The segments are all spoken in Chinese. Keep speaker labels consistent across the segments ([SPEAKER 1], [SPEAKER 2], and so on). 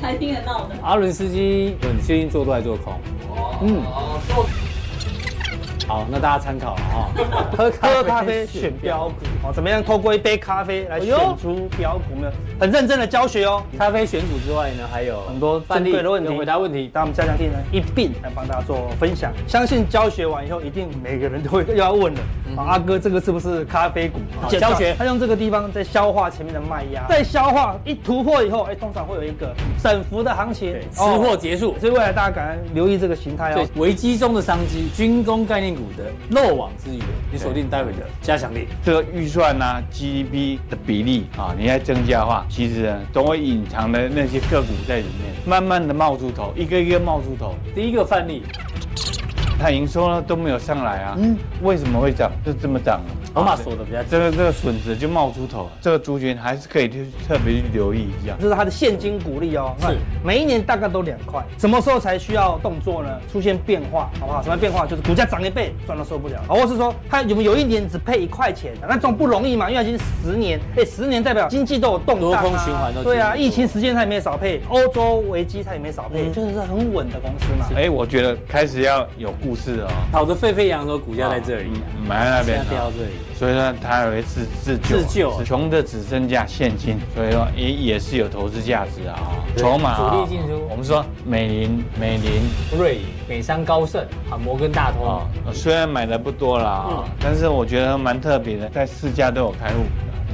[SPEAKER 1] 还听得到的。
[SPEAKER 2] 阿伦斯基很确定做多还做空，嗯，好，那大家参考了哈。 喝
[SPEAKER 3] 喝咖啡选标股，哦，怎么样？透过一杯咖啡来
[SPEAKER 2] 哎
[SPEAKER 3] 选
[SPEAKER 2] 呦
[SPEAKER 3] 出标股呢？很认真的教学哦。
[SPEAKER 2] 咖啡选股之外呢，还有
[SPEAKER 3] 很多
[SPEAKER 2] 范
[SPEAKER 3] 珍
[SPEAKER 2] 例
[SPEAKER 3] 贵的问题，
[SPEAKER 2] 跟回答问题。
[SPEAKER 3] 那我们加强地呢一并来帮大家做分享。相信教学完以后，一定每个人都会又要问了，啊阿哥这个是不是咖啡股？
[SPEAKER 2] 好
[SPEAKER 3] 介绍
[SPEAKER 2] 教学
[SPEAKER 3] 他用这个地方在消化前面的卖压，在消化一突破以后，哎，通常会有一个整幅的行情
[SPEAKER 2] 对，，吃货
[SPEAKER 3] 哦
[SPEAKER 2] 结束。
[SPEAKER 3] 所以未来大家赶快留意这个形态
[SPEAKER 2] 对
[SPEAKER 3] 哦。，
[SPEAKER 2] 危机中的商机，军工概念股的漏网之鱼，你锁定待会的加强力。
[SPEAKER 4] 这个预算啊、GDP 的比例啊，你要增加的话，其实呢都会隐藏的那些个股在里面，慢慢的冒出头，一个一个冒出头，
[SPEAKER 2] 第一个范例，
[SPEAKER 4] 它营收呢都没有上来啊，
[SPEAKER 2] 嗯
[SPEAKER 4] 为什么会涨？就这么涨了。
[SPEAKER 2] 罗马锁的比较
[SPEAKER 4] 这个这个笋子就冒出头了，这个族群还是可以去特别去留意一下。
[SPEAKER 3] 这是它的现金股利哦，
[SPEAKER 2] 是
[SPEAKER 3] 每一年大概都两块，什么时候才需要动作呢？出现变化，好不好？什么变化？就是股价涨一倍，赚到受不了，好或是说它有没有一年只配一块钱，那种不容易嘛，因为它已经十年，哎，十年代表经济都有动荡、啊，
[SPEAKER 2] 多空循环都经历过嗯
[SPEAKER 3] 对啊，疫情时间它也没少配，欧洲危机它也没少配，就是很稳的公司嘛。
[SPEAKER 4] 哎，我觉得开始要有故事哦，
[SPEAKER 2] 跑得沸沸扬扬，股价在这里、啊，
[SPEAKER 4] 买在那
[SPEAKER 2] 现
[SPEAKER 4] 边
[SPEAKER 2] 在
[SPEAKER 4] 哦
[SPEAKER 2] 掉到这里。
[SPEAKER 4] 所以说它也会自自救，
[SPEAKER 2] 自救
[SPEAKER 4] 穷的只剩下现金，所以说也也是有投资价值啊、
[SPEAKER 2] 对
[SPEAKER 4] 筹码啊、
[SPEAKER 2] 主力进出
[SPEAKER 4] 我们说美林美林
[SPEAKER 2] 瑞银、美商、高盛啊，摩根大通。
[SPEAKER 4] 啊、虽然买的不多啦、啊，
[SPEAKER 2] 嗯
[SPEAKER 4] 但是我觉得蛮特别的，在四家都有开户，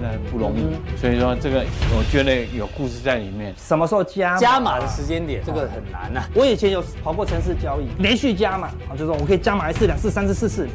[SPEAKER 4] 那不容易。
[SPEAKER 2] 嗯
[SPEAKER 4] 所以说这个我觉得有故事在里面。
[SPEAKER 3] 什么时候加
[SPEAKER 2] 加码的时间点，这个很难呐、啊。
[SPEAKER 3] 我以前有跑过城市交易，连续加码，啊，就是说我可以加码一次、两次、三次、四次，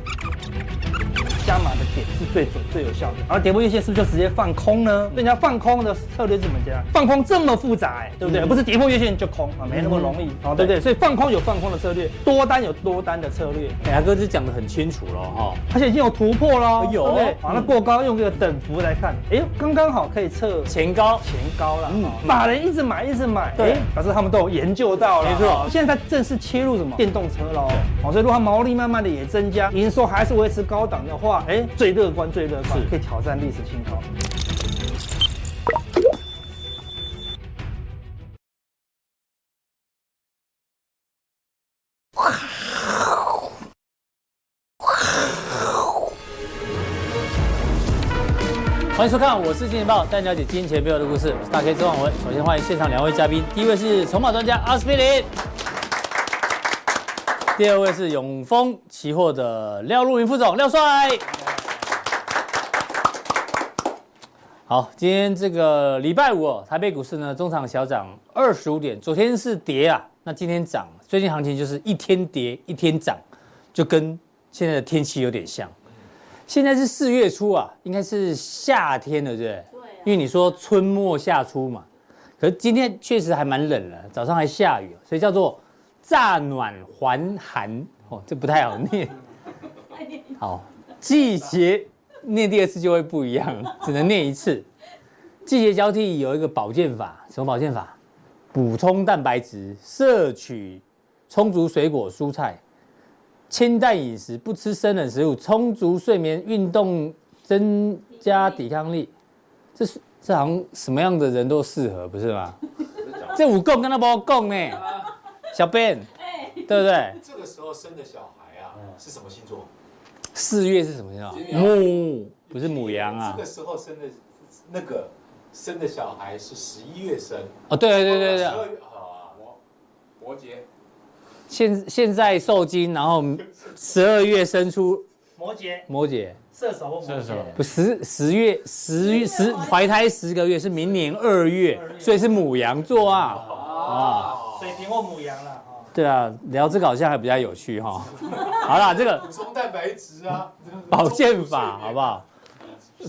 [SPEAKER 3] 加码的点是最准、最有效的。而跌破月线是不是就直接放空呢？人家放空的策略是怎么讲？放空这么复杂、哎，对不对？
[SPEAKER 2] 嗯
[SPEAKER 3] 不是跌破月线就空啊，没那么容易，啊，对不对？所以放空有放空的策略，多单有多单的策略。
[SPEAKER 2] 哎牙哥就讲得很清楚了哈、
[SPEAKER 3] 而且已经有突破了哦，
[SPEAKER 2] 有
[SPEAKER 3] 对不对？
[SPEAKER 2] 嗯
[SPEAKER 3] 好，那过高用这个等幅来看，哎呦，刚刚好可以测
[SPEAKER 2] 前高
[SPEAKER 3] 前高了
[SPEAKER 2] 嗯，
[SPEAKER 3] 法人一直买一直买，
[SPEAKER 2] 对
[SPEAKER 3] 哎，表示他们都有研究到了。哦
[SPEAKER 2] 没错
[SPEAKER 3] 现在它正式切入什么电动车喽，哦，所以如果它毛利慢慢的也增加，营收还是维持高档的话，哎，最乐观最乐观
[SPEAKER 2] 是，
[SPEAKER 3] 可以挑战历史新高。
[SPEAKER 2] 欢迎收看，我是金钱豹，带你了解金钱背后的故事。我是大 K 周望文。首先欢迎现场两位嘉宾，第一位是筹码专家阿司匹林，第二位是永丰期货的廖路云副总廖帅。好，今天这个礼拜五哦，台北股市呢中场小涨二十五点，昨天是跌啊，那今天涨，最近行情就是一天跌一天涨，就跟现在的天气有点像。现在是四月初啊，应该是夏天了，对不对？
[SPEAKER 1] 对啊
[SPEAKER 2] 因为你说春末夏初嘛，可是今天确实还蛮冷了，早上还下雨，所以叫做乍暖还寒哦，这不太好念。好，季节念第二次就会不一样，只能念一次。季节交替有一个保健法，什么保健法？补充蛋白质，摄取充足水果蔬菜，清淡饮食，不吃生冷食物，充足睡眠，运动增加抵抗力。这是这好像什么样的人都适合，不是 吗？这五供跟他不供呢，小编，对不对？
[SPEAKER 5] 这个时候生的小孩啊，
[SPEAKER 2] 嗯
[SPEAKER 5] 是什么星座？
[SPEAKER 2] 四月是啊什么星座？母，不是母羊啊
[SPEAKER 5] 这个。时候生的那个生的小孩是十一月生，
[SPEAKER 2] 哦，对对对对
[SPEAKER 5] 十，二月啊，摩摩羯，
[SPEAKER 2] 现现在受精，然后十二月生出
[SPEAKER 3] 摩羯、
[SPEAKER 2] 摩羯，
[SPEAKER 3] 射手或摩
[SPEAKER 4] 射手
[SPEAKER 2] 不十十月十十怀胎十个月是明年二月，所以是母羊座啊。
[SPEAKER 3] 水瓶或母羊啦。哦
[SPEAKER 2] 对啊，聊这个好像还比较有趣哈、好啦，这个
[SPEAKER 5] 补充蛋白质啊，
[SPEAKER 2] 保健法好不好？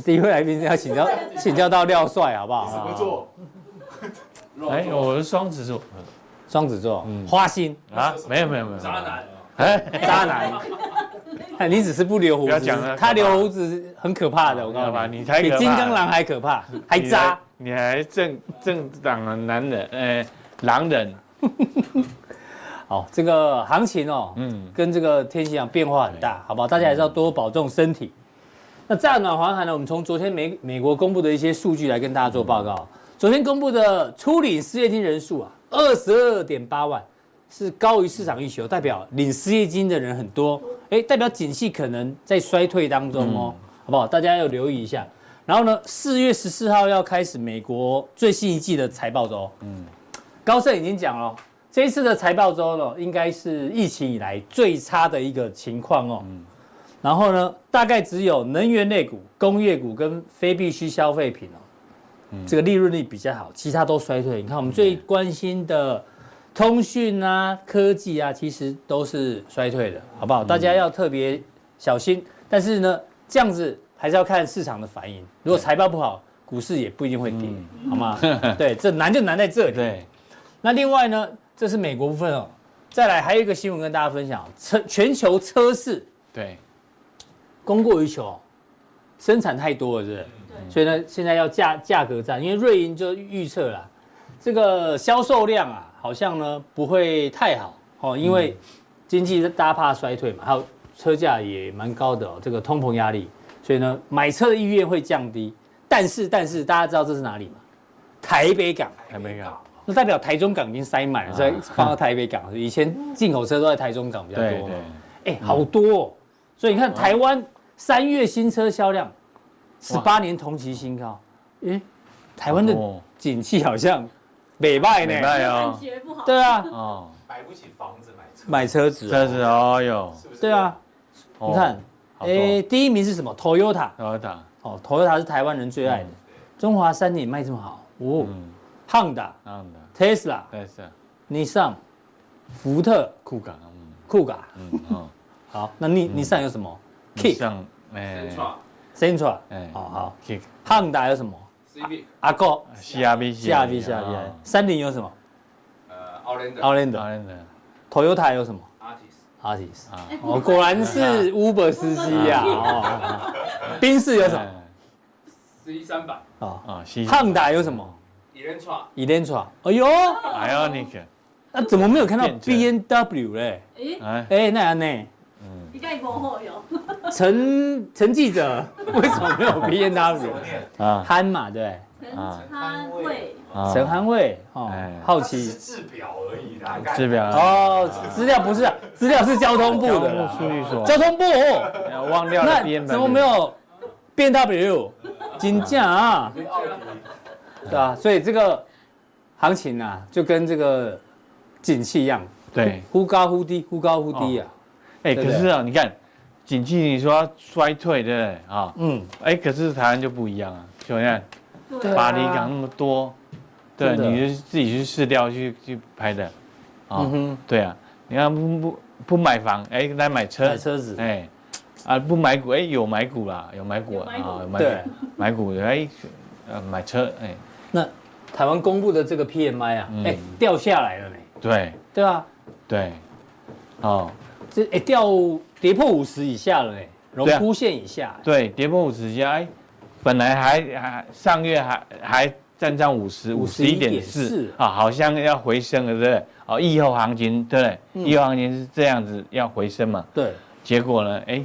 [SPEAKER 2] 第一位来宾要请教请教到廖帅好不
[SPEAKER 5] 什么
[SPEAKER 2] 好？
[SPEAKER 5] 座？
[SPEAKER 4] 哎，我是双子座
[SPEAKER 2] 嗯双子座，花心
[SPEAKER 4] 啊，没有没有没有，
[SPEAKER 5] 渣男，
[SPEAKER 4] 哎，
[SPEAKER 2] 渣 男。哎你只是不留胡
[SPEAKER 4] 不要
[SPEAKER 2] 子
[SPEAKER 4] 讲了，
[SPEAKER 2] 他
[SPEAKER 4] 可怕
[SPEAKER 2] 留胡子很可怕的，我告
[SPEAKER 4] 可
[SPEAKER 2] 诉
[SPEAKER 4] 怕
[SPEAKER 2] 你，
[SPEAKER 4] 你才
[SPEAKER 2] 比
[SPEAKER 4] 可怕
[SPEAKER 2] 金刚狼还可怕，还渣。
[SPEAKER 4] 你还，你还正正党的男人，哎，狼人，
[SPEAKER 2] 好，这个行情哦，
[SPEAKER 4] 嗯，
[SPEAKER 2] 跟这个天气一样变化很大，好不好？大家还是要多保重身体。那乍暖还寒呢？我们从昨天美美国公布的一些数据来跟大家做报告。昨天公布的初领失业金人数啊，二十二点八万，是高于市场预期，代表领失业金的人很多，哎，代表景气可能在衰退当中哦，好不好？大家要留意一下。然后呢，四月十四号要开始美国最新一季的财报周，嗯，高盛已经讲了，这一次的财报周呢，应该是疫情以来最差的一个情况哦。然后呢，大概只有能源类股、工业股跟非必需消费品哦，这个利润率比较好，其他都衰退。你看我们最关心的通讯啊、科技啊，其实都是衰退的，好不好？大家要特别小心。但是呢，这样子还是要看市场的反应。如果财报不好，股市也不一定会跌，好吗？对，这难就难在这里。
[SPEAKER 4] 对，
[SPEAKER 2] 那另外呢，这是美国部分哦。再来还有一个新闻跟大家分享哦，车全球车市
[SPEAKER 4] 对，
[SPEAKER 2] 供过于求，生产太多了，是不是？所以呢，现在要价价格战，因为瑞银就预测啦，这个销售量啊，好像呢不会太好哦，因为经济大家怕衰退嘛，还有车价也蛮高的哦，这个通膨压力，所以呢，买车的意愿会降低。但是，但是大家知道这是哪里吗？台北港。
[SPEAKER 4] 还没搞，
[SPEAKER 2] 那代表台中港已经塞满了，所以
[SPEAKER 4] 啊
[SPEAKER 2] 放到台北港。以前进口车都在台中港比较
[SPEAKER 4] 对
[SPEAKER 2] 多嘛
[SPEAKER 4] 对，，
[SPEAKER 2] 哎、好多、哦。所以你看，台湾三月新车销量十八年同期新高，哎、台湾的
[SPEAKER 4] 哦
[SPEAKER 2] 景气好像北败
[SPEAKER 4] 没
[SPEAKER 2] 呢。
[SPEAKER 4] 卖哦
[SPEAKER 1] 感，觉不好。
[SPEAKER 2] 对啊，
[SPEAKER 4] 哦，
[SPEAKER 5] 买不起房子，买车，
[SPEAKER 2] 买车子啊、
[SPEAKER 4] 这是哦哟，
[SPEAKER 5] 是不是？
[SPEAKER 2] 对啊，
[SPEAKER 4] 哦
[SPEAKER 2] 你看，
[SPEAKER 4] 好
[SPEAKER 2] 哎、
[SPEAKER 4] 多
[SPEAKER 2] 第一名是什么？Toyota
[SPEAKER 4] 然后打，
[SPEAKER 2] 哦，Toyota 是台湾人最爱的。中华三菱卖这么好，哦、
[SPEAKER 4] 嗯，
[SPEAKER 2] Honda、
[SPEAKER 4] 那样的，
[SPEAKER 2] Tesla、
[SPEAKER 4] 但是啊
[SPEAKER 2] 尼桑、福特、
[SPEAKER 4] 酷感，嗯
[SPEAKER 2] 酷咖。
[SPEAKER 4] 嗯哦，
[SPEAKER 2] 好，那你你上有什么？Kick、
[SPEAKER 4] 像哎
[SPEAKER 5] 神创、
[SPEAKER 2] Sentra，
[SPEAKER 4] 哎
[SPEAKER 2] 好好。
[SPEAKER 4] ，Kick
[SPEAKER 2] Honda 有什么？
[SPEAKER 5] CB、
[SPEAKER 2] 阿 Go、
[SPEAKER 4] CRV
[SPEAKER 2] 下 B 下
[SPEAKER 4] 啊
[SPEAKER 2] B，三哎菱有什么
[SPEAKER 5] 呃，Outlander、
[SPEAKER 2] ？Outlander。
[SPEAKER 4] 当然的
[SPEAKER 2] Toyota 有什么
[SPEAKER 5] Artist，
[SPEAKER 2] ？Artis。
[SPEAKER 4] 啊，
[SPEAKER 2] 哦，果然 是 Uber 司机哎
[SPEAKER 4] 哎
[SPEAKER 2] 呀。哎哦，宾士有什 么？
[SPEAKER 5] C 三百、
[SPEAKER 2] 哦
[SPEAKER 4] 啊西
[SPEAKER 2] ，Honda 有什么
[SPEAKER 5] e l e n t r a
[SPEAKER 2] ？Elantra。哎呦，
[SPEAKER 4] Ionic，
[SPEAKER 2] 那怎么没有看到
[SPEAKER 4] 电车
[SPEAKER 2] B N W 嘞？
[SPEAKER 1] 诶，
[SPEAKER 4] 哎，
[SPEAKER 2] 哎，那样呢？
[SPEAKER 4] 嗯，
[SPEAKER 1] 你盖过后有，
[SPEAKER 2] 陈陈记者 为什么没有 B N
[SPEAKER 5] 怎么
[SPEAKER 2] W？
[SPEAKER 5] 念？
[SPEAKER 4] 啊
[SPEAKER 2] 憨嘛，对，
[SPEAKER 1] 陈
[SPEAKER 4] 啊
[SPEAKER 1] 昌慧，
[SPEAKER 4] 啊
[SPEAKER 2] 陈憨卫哦
[SPEAKER 4] 哎，
[SPEAKER 2] 好
[SPEAKER 5] 它只
[SPEAKER 2] 奇
[SPEAKER 5] 是。制表而已，大概。
[SPEAKER 4] 制表啊，
[SPEAKER 2] 哦，资料不是啊，资料是交通部的
[SPEAKER 4] 交
[SPEAKER 2] 啦
[SPEAKER 4] 通，数据所，
[SPEAKER 2] 交通部，
[SPEAKER 4] 哎我忘掉了 B
[SPEAKER 2] 那
[SPEAKER 4] M，
[SPEAKER 2] 怎么没有 B N W？金价啊，
[SPEAKER 5] 跟奥迪
[SPEAKER 2] 对啊，所以这个行情啊，就跟这个景气一样，
[SPEAKER 4] 对，
[SPEAKER 2] 忽高忽低，忽高忽低啊。对
[SPEAKER 4] 哎，可
[SPEAKER 2] 不对
[SPEAKER 4] 是啊，你看，景气你说要衰退对不对啊？
[SPEAKER 2] 嗯，
[SPEAKER 4] 哎，可是台湾就不一样啊，就你看
[SPEAKER 1] 对
[SPEAKER 4] 巴黎港那么多，对，
[SPEAKER 2] 呃真的
[SPEAKER 4] 你就自己去试调去去拍的，啊
[SPEAKER 2] 嗯，哼，
[SPEAKER 4] 对啊，你看不不不买房，哎，来买车
[SPEAKER 2] 买，车子，
[SPEAKER 4] 哎，啊不买股，哎有买股啦，有买股
[SPEAKER 1] 有
[SPEAKER 4] 啊，
[SPEAKER 1] 买股
[SPEAKER 4] 啊有买
[SPEAKER 2] 对
[SPEAKER 4] 股，，买股的，哎，呃买车，哎，
[SPEAKER 2] 那台湾公布的这个 P M I 啊，
[SPEAKER 4] 嗯
[SPEAKER 2] 哎，掉下来了呢，
[SPEAKER 4] 对
[SPEAKER 2] 对啊，
[SPEAKER 4] 对，哦。
[SPEAKER 2] 这哎掉跌破五十以下了呢，荣
[SPEAKER 4] 对啊
[SPEAKER 2] 枯线以下，
[SPEAKER 4] 对，跌破五十加，哎，本来还还上月还还站上五十五十一点四
[SPEAKER 2] 51.4
[SPEAKER 4] 啊，好像要回升了，对不对？哦，疫后行情，对不对？
[SPEAKER 2] 嗯
[SPEAKER 4] 疫后行情是这样子要回升嘛？
[SPEAKER 2] 对，
[SPEAKER 4] 结果呢，哎，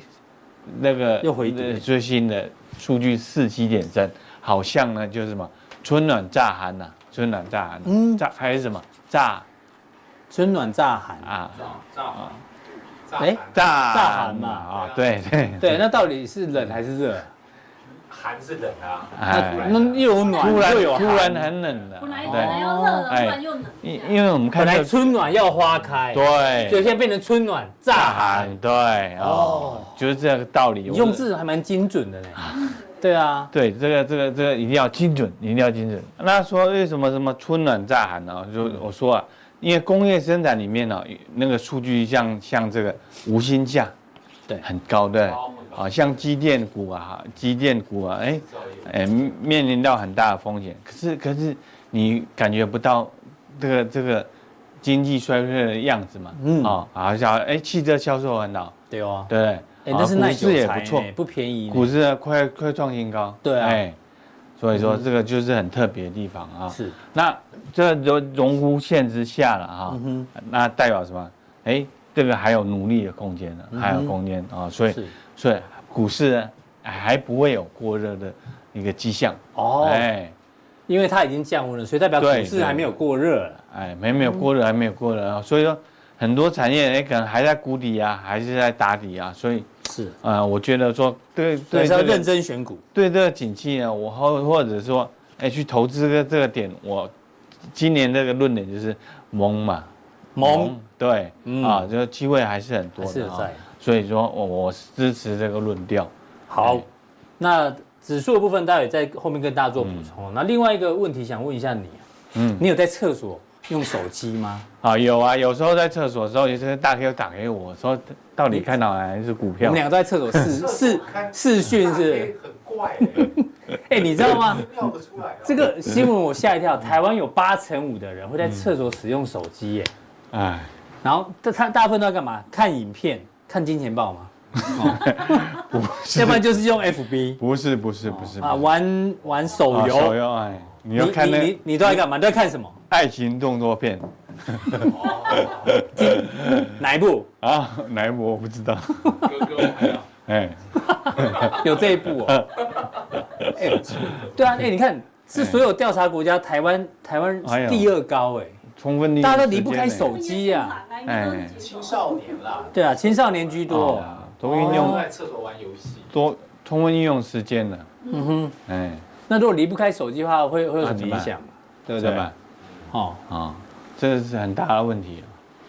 [SPEAKER 4] 那个
[SPEAKER 2] 又回跌
[SPEAKER 4] 呃最新的数据四七点三，好像呢就是什么春暖乍寒呐、春暖乍寒，
[SPEAKER 2] 嗯
[SPEAKER 4] 嗯，乍还是什么乍
[SPEAKER 2] 春暖乍寒
[SPEAKER 4] 啊
[SPEAKER 5] 炸炸炸
[SPEAKER 2] 哎
[SPEAKER 5] 寒
[SPEAKER 4] 乍
[SPEAKER 2] 乍寒嘛
[SPEAKER 4] 啊，对对
[SPEAKER 2] 对，那到底是冷还是热？
[SPEAKER 5] 寒是冷啊，
[SPEAKER 4] 哎
[SPEAKER 2] 那那又有暖，
[SPEAKER 4] 突然
[SPEAKER 2] 又有寒
[SPEAKER 4] 突然很冷了，
[SPEAKER 1] 本来本
[SPEAKER 4] 对，
[SPEAKER 1] 来要热了，突
[SPEAKER 4] 哎
[SPEAKER 1] 然又冷，
[SPEAKER 4] 因因为我们看
[SPEAKER 2] 本来
[SPEAKER 4] 到
[SPEAKER 2] 春暖要花开，
[SPEAKER 4] 对，啊
[SPEAKER 2] 就现在变成春暖乍
[SPEAKER 4] 大
[SPEAKER 2] 寒
[SPEAKER 4] 喊，，对哦
[SPEAKER 2] 哦，
[SPEAKER 4] 就是这个道理。
[SPEAKER 2] 你
[SPEAKER 4] 我
[SPEAKER 2] 用字还蛮精准的呢。对啊，
[SPEAKER 4] 对这个这个这个一定要精准，一定要精准。那说为什么什么春暖乍寒呢？就
[SPEAKER 2] 嗯
[SPEAKER 4] 我说啊，因为工业生产里面呢，那个数据像像这个无薪假，
[SPEAKER 2] 对
[SPEAKER 4] 很高的，
[SPEAKER 5] 高很高
[SPEAKER 4] 啊，像机电股啊，机电股啊，哎
[SPEAKER 5] 造业
[SPEAKER 4] 哎，面临到很大的风险。可是可是你感觉不到这个这个经济衰退的样子嘛？
[SPEAKER 2] 嗯
[SPEAKER 4] 嗯啊，好像哎，汽车销售很好，
[SPEAKER 2] 对哦，
[SPEAKER 4] 对不对？
[SPEAKER 2] 哎，
[SPEAKER 4] 啊
[SPEAKER 2] 但是耐久
[SPEAKER 4] 股市也
[SPEAKER 2] 材
[SPEAKER 4] 不错
[SPEAKER 2] 呢，不便宜呢。
[SPEAKER 4] 股市啊快快创新高，
[SPEAKER 2] 对啊嗯
[SPEAKER 4] 哎，所以说这个就是很特别的地方啊。
[SPEAKER 2] 是，
[SPEAKER 4] 那这荣荣枯线之下了哈、
[SPEAKER 2] 嗯
[SPEAKER 4] 那代表什么？哎，这个还有努力的空间呢，还有空间啊、所
[SPEAKER 2] 哼，
[SPEAKER 4] 以
[SPEAKER 2] 嗯是
[SPEAKER 4] 所以哎股市呢还不会有过热的一个迹象，
[SPEAKER 2] 哦，
[SPEAKER 4] 哎，
[SPEAKER 2] 因为它已经降温了，所以代表股
[SPEAKER 4] 对
[SPEAKER 2] 市
[SPEAKER 4] 对
[SPEAKER 2] 还没有过热了。
[SPEAKER 4] 哎，没没有过热，还没有过热啊，所以说很多产业哎可能还在谷底啊，还是在打底啊，所以
[SPEAKER 2] 是，
[SPEAKER 4] 啊、呃我觉得说对
[SPEAKER 2] 所以
[SPEAKER 4] 对
[SPEAKER 2] 是要
[SPEAKER 4] 这个
[SPEAKER 2] 认真选股。
[SPEAKER 4] 对这个景气呢，我或或者说哎去投资个这个点，我今年这个论点就是懵嘛，
[SPEAKER 2] 萌
[SPEAKER 4] 对、
[SPEAKER 2] 嗯
[SPEAKER 4] 啊，这个机会还是很多
[SPEAKER 2] 还是
[SPEAKER 4] 的
[SPEAKER 2] 有
[SPEAKER 4] 啊
[SPEAKER 2] 在，。
[SPEAKER 4] 所以说我我支持这个论调。
[SPEAKER 2] 好
[SPEAKER 4] 哎，
[SPEAKER 2] 那指数的部分待会在后面跟大家做补充哦。那另外一个问题想问一下你，嗯
[SPEAKER 4] 嗯，
[SPEAKER 2] 你有在厕所用手机吗？
[SPEAKER 4] 啊，有啊，有时候在厕所的时候，有些大哥打给我说，到底看哪来是股
[SPEAKER 2] 我
[SPEAKER 4] 票
[SPEAKER 2] 们？两个都在 厕所视视视讯是不是，
[SPEAKER 5] 很怪、欸，
[SPEAKER 2] 哎，你知道 吗？
[SPEAKER 5] 尿不出来、啊。
[SPEAKER 2] 这个新闻我吓一跳，台湾有八成五的人会在厕所使用手机耶，
[SPEAKER 4] 哎，
[SPEAKER 2] 然后他他大部分都在干嘛？看影片、看金钱 豹嘛，哦要不然就是用 FB
[SPEAKER 4] 不是不是不是
[SPEAKER 2] 啊，
[SPEAKER 4] 不是
[SPEAKER 2] 玩玩手
[SPEAKER 4] 啊手
[SPEAKER 2] 游。
[SPEAKER 4] 游哎，你
[SPEAKER 2] 你
[SPEAKER 4] 要看
[SPEAKER 2] 你
[SPEAKER 4] 那
[SPEAKER 2] 你你都在干嘛？你都在看什 么？
[SPEAKER 4] 爱情动作片
[SPEAKER 2] 哪一部？
[SPEAKER 4] 啊？哪一部我不知道，
[SPEAKER 5] 哥哥，我还要
[SPEAKER 4] 哎，
[SPEAKER 2] 有这一步 哦。哎、对啊，哎、你看是所有调查国家，台湾台湾是第二高哎、
[SPEAKER 4] 充分利用
[SPEAKER 2] 大家都
[SPEAKER 4] 时
[SPEAKER 2] 离不
[SPEAKER 4] 间
[SPEAKER 2] 开
[SPEAKER 4] 哎
[SPEAKER 2] 手机啊，
[SPEAKER 4] 哎
[SPEAKER 5] 青少年啦，
[SPEAKER 2] 对啊，青少年居多。哦
[SPEAKER 4] 啊多运
[SPEAKER 5] 都
[SPEAKER 4] 用
[SPEAKER 5] 在厕所玩游戏。
[SPEAKER 4] 多充分运用时间了，
[SPEAKER 2] 嗯哼，
[SPEAKER 4] 哎，
[SPEAKER 2] 那如果离不开手机的话，会会有什
[SPEAKER 4] 那
[SPEAKER 2] 么
[SPEAKER 4] 怎么
[SPEAKER 2] 影
[SPEAKER 4] 办
[SPEAKER 2] 响？对
[SPEAKER 4] 对
[SPEAKER 2] 不
[SPEAKER 4] 吧？
[SPEAKER 2] 对？哦，
[SPEAKER 4] 啊，这是很大的问题啊，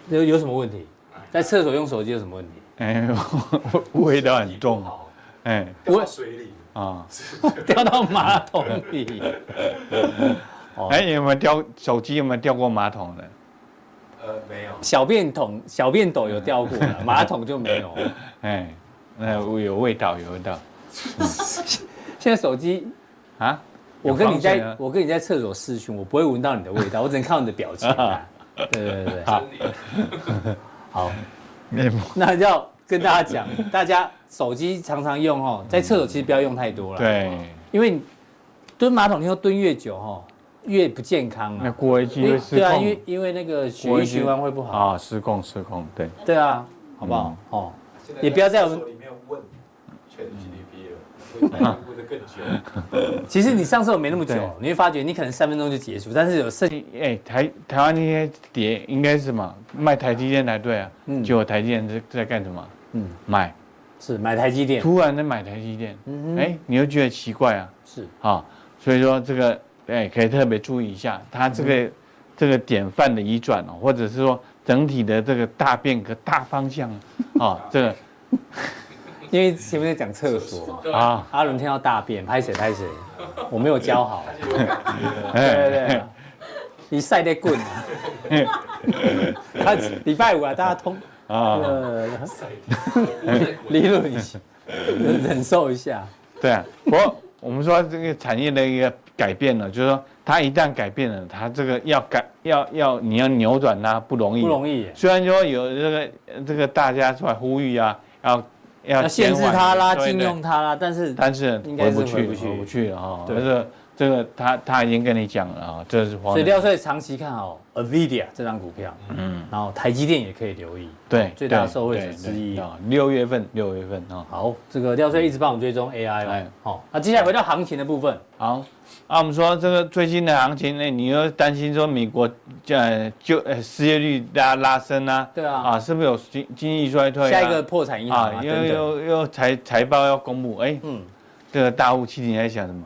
[SPEAKER 2] 有有什么问题？在厕所用手机有什么问题？
[SPEAKER 4] 哎， 味道很重，哎
[SPEAKER 5] 掉到水里，
[SPEAKER 4] 啊，
[SPEAKER 2] 掉到马桶里。哦
[SPEAKER 4] 哎，有没有掉手机有没有掉过马桶的？
[SPEAKER 5] 呃，没有。
[SPEAKER 2] 小便桶、小便斗有掉过 了，马桶就没有。
[SPEAKER 4] 哎，那有味道，有味道
[SPEAKER 2] 现在手机，
[SPEAKER 4] 啊！
[SPEAKER 2] 我跟你
[SPEAKER 4] 有
[SPEAKER 2] 在
[SPEAKER 4] 防水啊
[SPEAKER 2] 我跟你在厕所视讯，我不会闻到你的味道，我只能看到你的表情啊。对对对 对，
[SPEAKER 5] 真理
[SPEAKER 2] 好，
[SPEAKER 4] 面膜
[SPEAKER 2] 那要跟大家讲，大家手机常常用哦，在厕所其实不要用太多了，，
[SPEAKER 4] 对，
[SPEAKER 2] 因为你蹲马桶，你说蹲越久哦，越不健康
[SPEAKER 4] 那
[SPEAKER 2] 啊。
[SPEAKER 4] 过一
[SPEAKER 2] 因
[SPEAKER 4] 季
[SPEAKER 2] 为对
[SPEAKER 4] 会失
[SPEAKER 2] 啊，因为
[SPEAKER 4] 控
[SPEAKER 2] 因为那个血液循环会不好，
[SPEAKER 4] 啊，失控失控，对，
[SPEAKER 2] 对啊，好不
[SPEAKER 4] 嗯
[SPEAKER 2] 好？哦，
[SPEAKER 5] 现在
[SPEAKER 2] 也不要在我们
[SPEAKER 5] 厕所里面问全 GDP 了，会在乎的更久。
[SPEAKER 2] 其实你上厕所没那么久
[SPEAKER 4] 嗯对，
[SPEAKER 2] 你会发觉你可能三分钟就结束，但是有剩
[SPEAKER 4] 哎，台台湾那些碟应该是什么卖台积电才对啊，
[SPEAKER 2] 嗯
[SPEAKER 4] 结果台积电在在干什么？
[SPEAKER 2] 嗯
[SPEAKER 4] 嗯，买，
[SPEAKER 2] 是买台积电，
[SPEAKER 4] 突然在买台积电，
[SPEAKER 2] 嗯
[SPEAKER 4] 哎，你又觉得奇怪啊，
[SPEAKER 2] 是
[SPEAKER 4] 啊，所以说这个哎可以特别注意一下，它这
[SPEAKER 2] 嗯
[SPEAKER 4] 个这个典范的移转哦，或者是说整体的这个大变革大方向啊，这个
[SPEAKER 2] 因为前面在讲厕所，
[SPEAKER 4] 啊，
[SPEAKER 2] 阿伦听到大便，拍谁拍谁，我没有教 好，
[SPEAKER 5] 就有感觉了
[SPEAKER 2] 对对
[SPEAKER 4] 哎
[SPEAKER 2] 对，一晒得 棍啊，他礼拜五啊，大家通
[SPEAKER 4] 啊，
[SPEAKER 2] 呃
[SPEAKER 5] 塞地
[SPEAKER 2] 理论一下，忍受一下。
[SPEAKER 4] 对啊。不过我们说这个产业的一个改变呢，就是说它一旦改变了，它这个要改要要你要扭转它不容易，
[SPEAKER 2] 不容易耶
[SPEAKER 4] 虽然说有这个这个大家出来呼吁啊，要
[SPEAKER 2] 要
[SPEAKER 4] 要
[SPEAKER 2] 限制
[SPEAKER 4] 监管
[SPEAKER 2] 它啦，
[SPEAKER 4] 对对
[SPEAKER 2] 禁用它啦，但是
[SPEAKER 4] 但是
[SPEAKER 2] 应该
[SPEAKER 4] 回
[SPEAKER 2] 是
[SPEAKER 4] 不去，
[SPEAKER 2] 回不去
[SPEAKER 4] 回不去了哈。
[SPEAKER 2] 对
[SPEAKER 4] 这个这个他他已经跟你讲了啊，这是黄
[SPEAKER 2] 所以
[SPEAKER 4] 仁
[SPEAKER 2] 廖帅长期看好 Nvidia 这张股票，嗯，然后台积电也可以留意。
[SPEAKER 4] 对
[SPEAKER 2] 最大
[SPEAKER 4] 对
[SPEAKER 2] 受惠者
[SPEAKER 4] 对
[SPEAKER 2] 之一
[SPEAKER 4] 对啊。六月份六月份啊，
[SPEAKER 2] 好，这个廖帅一直帮我们追踪 AI 哦
[SPEAKER 4] 哎。
[SPEAKER 2] 好，那接下来回到行情的部分，
[SPEAKER 4] 好。啊，我们说这个最新的行情呢，你又担心说美国呃就呃失业率拉拉升啊，
[SPEAKER 2] 对啊
[SPEAKER 4] 啊是不是有经经济衰退啊？
[SPEAKER 2] 下一个破产银行啊
[SPEAKER 4] 啊，又
[SPEAKER 2] 等等，
[SPEAKER 4] 又又财财报要公布，哎，
[SPEAKER 2] 嗯，
[SPEAKER 4] 这个大户心里在想什么？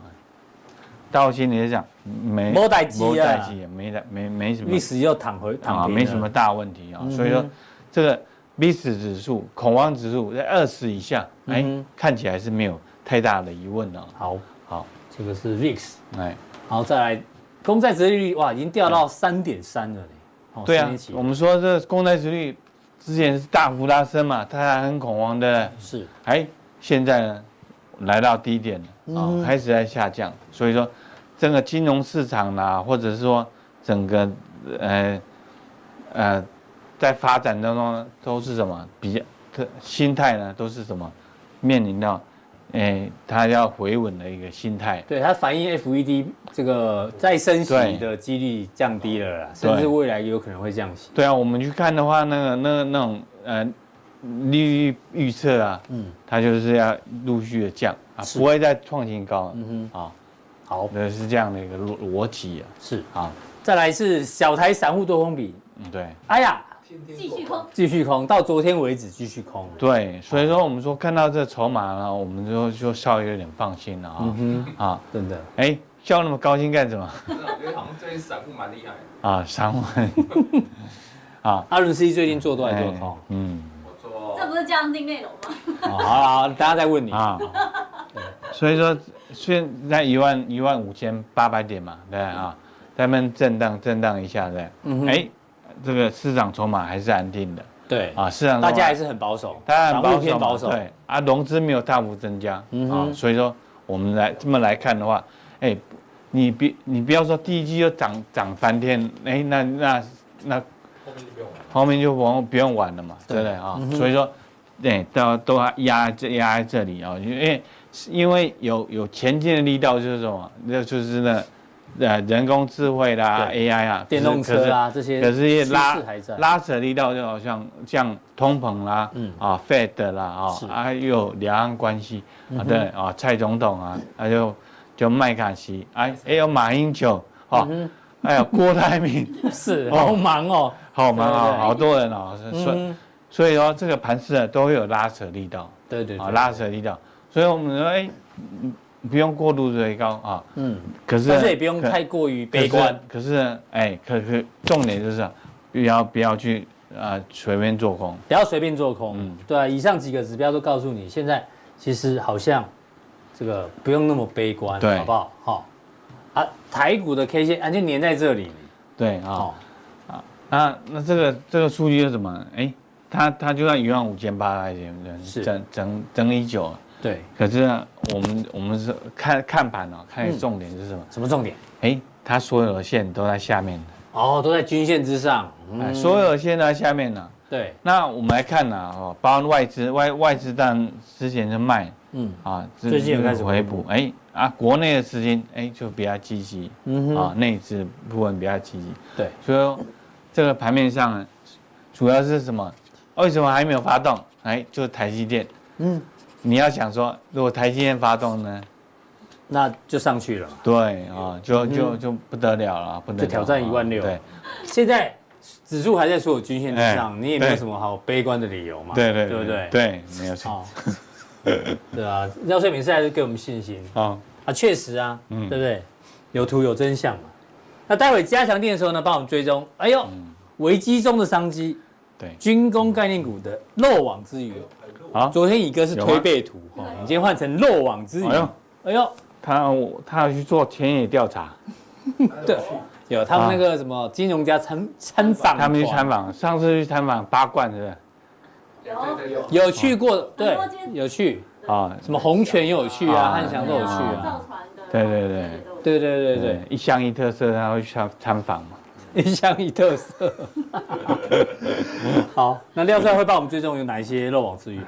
[SPEAKER 4] 大户心里在想没
[SPEAKER 2] 没代志啊
[SPEAKER 4] 没代志没代没没什么
[SPEAKER 2] 历史又躺回躺
[SPEAKER 4] 啊，
[SPEAKER 2] 平，
[SPEAKER 4] 没什么。大问题啊。
[SPEAKER 2] 嗯哼
[SPEAKER 4] 所以说，这个 VIX 指数、恐慌指数在二十以下，哎、
[SPEAKER 2] 嗯哼
[SPEAKER 4] 看起来是没有太大的疑啊问了、
[SPEAKER 2] 好，
[SPEAKER 4] 好，
[SPEAKER 2] 这个是 VIX，
[SPEAKER 4] 哎，
[SPEAKER 2] 然后再来公债殖利率，哇，已经掉到三点三了嘞。哦
[SPEAKER 4] 嗯对
[SPEAKER 2] 十
[SPEAKER 4] 啊
[SPEAKER 2] 年，期
[SPEAKER 4] 我们说这公债殖率之前是大幅拉升嘛，它还很恐慌的，
[SPEAKER 2] 是
[SPEAKER 4] 哎，现在呢来到低点了啊、
[SPEAKER 2] 嗯哼
[SPEAKER 4] 开始在下降。所以说，整个金融市场啦、或者是说整个呃呃在发展当中呢都是什么比较的心态呢，都是什么面临到哎它要回稳的一个心态。
[SPEAKER 2] 对它反映 FED 这个再升息
[SPEAKER 4] 对
[SPEAKER 2] 的几率降低了啦，甚至
[SPEAKER 4] 对
[SPEAKER 2] 未来有可能会降息。
[SPEAKER 4] 对啊，我们去看的话，那个那个那种呃利率预测啊，
[SPEAKER 2] 嗯
[SPEAKER 4] 它就是要陆续的降啊，
[SPEAKER 2] 是
[SPEAKER 4] 不会再创新高了。
[SPEAKER 2] 嗯
[SPEAKER 4] 啊，
[SPEAKER 2] 好，
[SPEAKER 4] 对，是这样的一个逻逻辑
[SPEAKER 2] 是。
[SPEAKER 4] 啊。啊，
[SPEAKER 2] 再来是小台散户多空比，
[SPEAKER 4] 嗯，对
[SPEAKER 2] 哎呀，
[SPEAKER 5] 天天
[SPEAKER 1] 继续
[SPEAKER 5] 过
[SPEAKER 1] 空
[SPEAKER 5] 吧，
[SPEAKER 2] 继续空，到昨天为止继续空。
[SPEAKER 4] 对，所以说我们说看到这筹码呢，我们就就稍微有点放心了啊
[SPEAKER 2] 嗯哼，
[SPEAKER 4] 啊，
[SPEAKER 2] 真的。
[SPEAKER 4] 哎，笑那么高兴干什么？
[SPEAKER 6] 真的我觉得好像最近散户蛮厉害的，
[SPEAKER 4] 啊，三万啊，
[SPEAKER 2] 阿伦斯基最近做多还是做
[SPEAKER 4] 哎
[SPEAKER 2] 空？
[SPEAKER 4] 嗯
[SPEAKER 6] 我做
[SPEAKER 1] 这不是嘉定内容吗？
[SPEAKER 2] 哦好了，好了，大家再问你。
[SPEAKER 4] 哎啊，所以说现在一万一万五千八百点嘛，对啊，在那边震荡震荡一下，对，
[SPEAKER 2] 嗯嗯哼
[SPEAKER 4] 哎，这个市场筹码还是安定的
[SPEAKER 2] 对，
[SPEAKER 4] 啊，市场筹码
[SPEAKER 2] 大家还是很保守，
[SPEAKER 4] 当然
[SPEAKER 2] 散户
[SPEAKER 4] 保守
[SPEAKER 2] 偏
[SPEAKER 4] 嘛，
[SPEAKER 2] 保守。
[SPEAKER 4] 对啊，融资没有大幅增加、
[SPEAKER 2] 嗯哼
[SPEAKER 4] 啊，所以说我们来这么来看的话，哎，你别你不要说第一季就涨涨翻天，哎，那那那
[SPEAKER 5] 后面就不用了。
[SPEAKER 4] 后面就不用不用玩了嘛，对不对啊？
[SPEAKER 2] 嗯
[SPEAKER 4] 所以说，对，都都压在这压在这里啊、因为因为有有前进的力道就是什么，那就是那呃人工智慧啦、
[SPEAKER 2] 对
[SPEAKER 4] AI 啊、
[SPEAKER 2] 电动车
[SPEAKER 4] 啦。
[SPEAKER 2] 啊这些，
[SPEAKER 4] 可是也拉
[SPEAKER 2] 趋势还在。
[SPEAKER 4] 拉扯力道就好像像通膨啦，
[SPEAKER 2] 嗯
[SPEAKER 4] 啊 Fed 啦啊
[SPEAKER 2] 是嗯
[SPEAKER 4] 啊又有两岸关系啊对啊蔡总统啊，啊就就麦卡锡，哎还有马英九啊，
[SPEAKER 2] 嗯
[SPEAKER 4] 还有郭台 铭，
[SPEAKER 2] 是，
[SPEAKER 4] 哦
[SPEAKER 2] 好忙哦。
[SPEAKER 4] 好忙
[SPEAKER 2] 对对
[SPEAKER 4] 啊，
[SPEAKER 2] 对
[SPEAKER 4] 好多人啊，所以
[SPEAKER 2] 嗯，
[SPEAKER 4] 所以说这个盘势啊都会有拉扯力道
[SPEAKER 2] 对对
[SPEAKER 4] 啊
[SPEAKER 2] 对，
[SPEAKER 4] 拉扯力道，所以我们说哎不用过度追高啊，
[SPEAKER 2] 嗯，
[SPEAKER 4] 可是
[SPEAKER 2] 但是也不用
[SPEAKER 4] 可
[SPEAKER 2] 太过于悲观。
[SPEAKER 4] 可是呢，哎，可可重点就是啊不要不要去啊随便做空。
[SPEAKER 2] 不要随便做空
[SPEAKER 4] 嗯。
[SPEAKER 2] 对啊，以上几个指标都告诉你，现在其实好像这个不用那么悲观，
[SPEAKER 4] 对
[SPEAKER 2] 好不好？好、啊，台股的 K 线啊就粘在这里，
[SPEAKER 4] 对啊、
[SPEAKER 2] 好、
[SPEAKER 4] 那那这个这个数据是什么？哎，它它就在一万五千八百点，
[SPEAKER 2] 是
[SPEAKER 4] 整整整理久了。
[SPEAKER 2] 对，
[SPEAKER 4] 可是呢，我们我们是看看盘哦，看
[SPEAKER 2] 嗯
[SPEAKER 4] 重点是什么？
[SPEAKER 2] 什么重点？
[SPEAKER 4] 哎、它所有的线都在下面的，
[SPEAKER 2] 哦，都在均线之上，嗯，
[SPEAKER 4] 哎所有的线都在下面呢、
[SPEAKER 2] 对，
[SPEAKER 4] 那我们来看呢、哦，包括外资外外资当然之前就卖
[SPEAKER 2] 嗯
[SPEAKER 4] 啊，这
[SPEAKER 2] 最近有
[SPEAKER 4] 这个
[SPEAKER 2] 开始回
[SPEAKER 4] 回
[SPEAKER 2] 补
[SPEAKER 4] 补，哎啊，国内的资金哎就比较积极，
[SPEAKER 2] 嗯哼，
[SPEAKER 4] 啊，内资部分比较积极，
[SPEAKER 2] 对，
[SPEAKER 4] 所以说这个盘面上呢主要是什么？为什么还没有发动？哎，就是台积电。
[SPEAKER 2] 嗯，
[SPEAKER 4] 你要想说，如果台积电发动呢？
[SPEAKER 2] 那就上去了。
[SPEAKER 4] 对啊，就就就不得了了，不得
[SPEAKER 2] 嗯
[SPEAKER 4] 了
[SPEAKER 2] 就挑战
[SPEAKER 4] 啊
[SPEAKER 2] 16,000
[SPEAKER 4] 对
[SPEAKER 2] 现在指数还在所有均线之上，
[SPEAKER 4] 哎
[SPEAKER 2] 你也没有
[SPEAKER 4] 对
[SPEAKER 2] 什么好悲观的理由嘛，
[SPEAKER 4] 对对
[SPEAKER 2] 对不对？，
[SPEAKER 4] 对，没有错
[SPEAKER 2] 好、 对啊，廖睡敏是还是给我们信心。
[SPEAKER 4] 啊。
[SPEAKER 2] 啊，确实啊，
[SPEAKER 4] 嗯
[SPEAKER 2] 对不对？有图有真相嘛。那待会加强定的时候呢，帮我们追踪。哎呦，
[SPEAKER 4] 嗯
[SPEAKER 2] 危机中的商机，
[SPEAKER 4] 对
[SPEAKER 2] 军工概念股的漏网之鱼。
[SPEAKER 4] 好，
[SPEAKER 2] 昨天乙哥是
[SPEAKER 4] 啊有吗啊
[SPEAKER 2] 推背图，哦，你今天换成漏网之鱼。
[SPEAKER 4] 哎呦，
[SPEAKER 2] 哎呦，
[SPEAKER 4] 他他要去做田野调查，
[SPEAKER 2] 对，有他们那个什么金融家参参访团，
[SPEAKER 4] 他们去参
[SPEAKER 2] 啊
[SPEAKER 4] 访，上次去参访八冠是
[SPEAKER 1] 有
[SPEAKER 6] 对对对，
[SPEAKER 2] 有去过，对
[SPEAKER 1] 多间，
[SPEAKER 2] 有去，
[SPEAKER 4] 不是？啊，
[SPEAKER 2] 什么红泉也有去啊，
[SPEAKER 4] 啊
[SPEAKER 2] 汉翔都有去啊。
[SPEAKER 1] 造船的，
[SPEAKER 4] 对对对
[SPEAKER 1] 都有，
[SPEAKER 2] 对对对对，
[SPEAKER 4] 一乡一特色，他会去参参访嘛？
[SPEAKER 2] 一乡一特 色。好，那廖帅会帮我们追踪有哪一些漏网之鱼？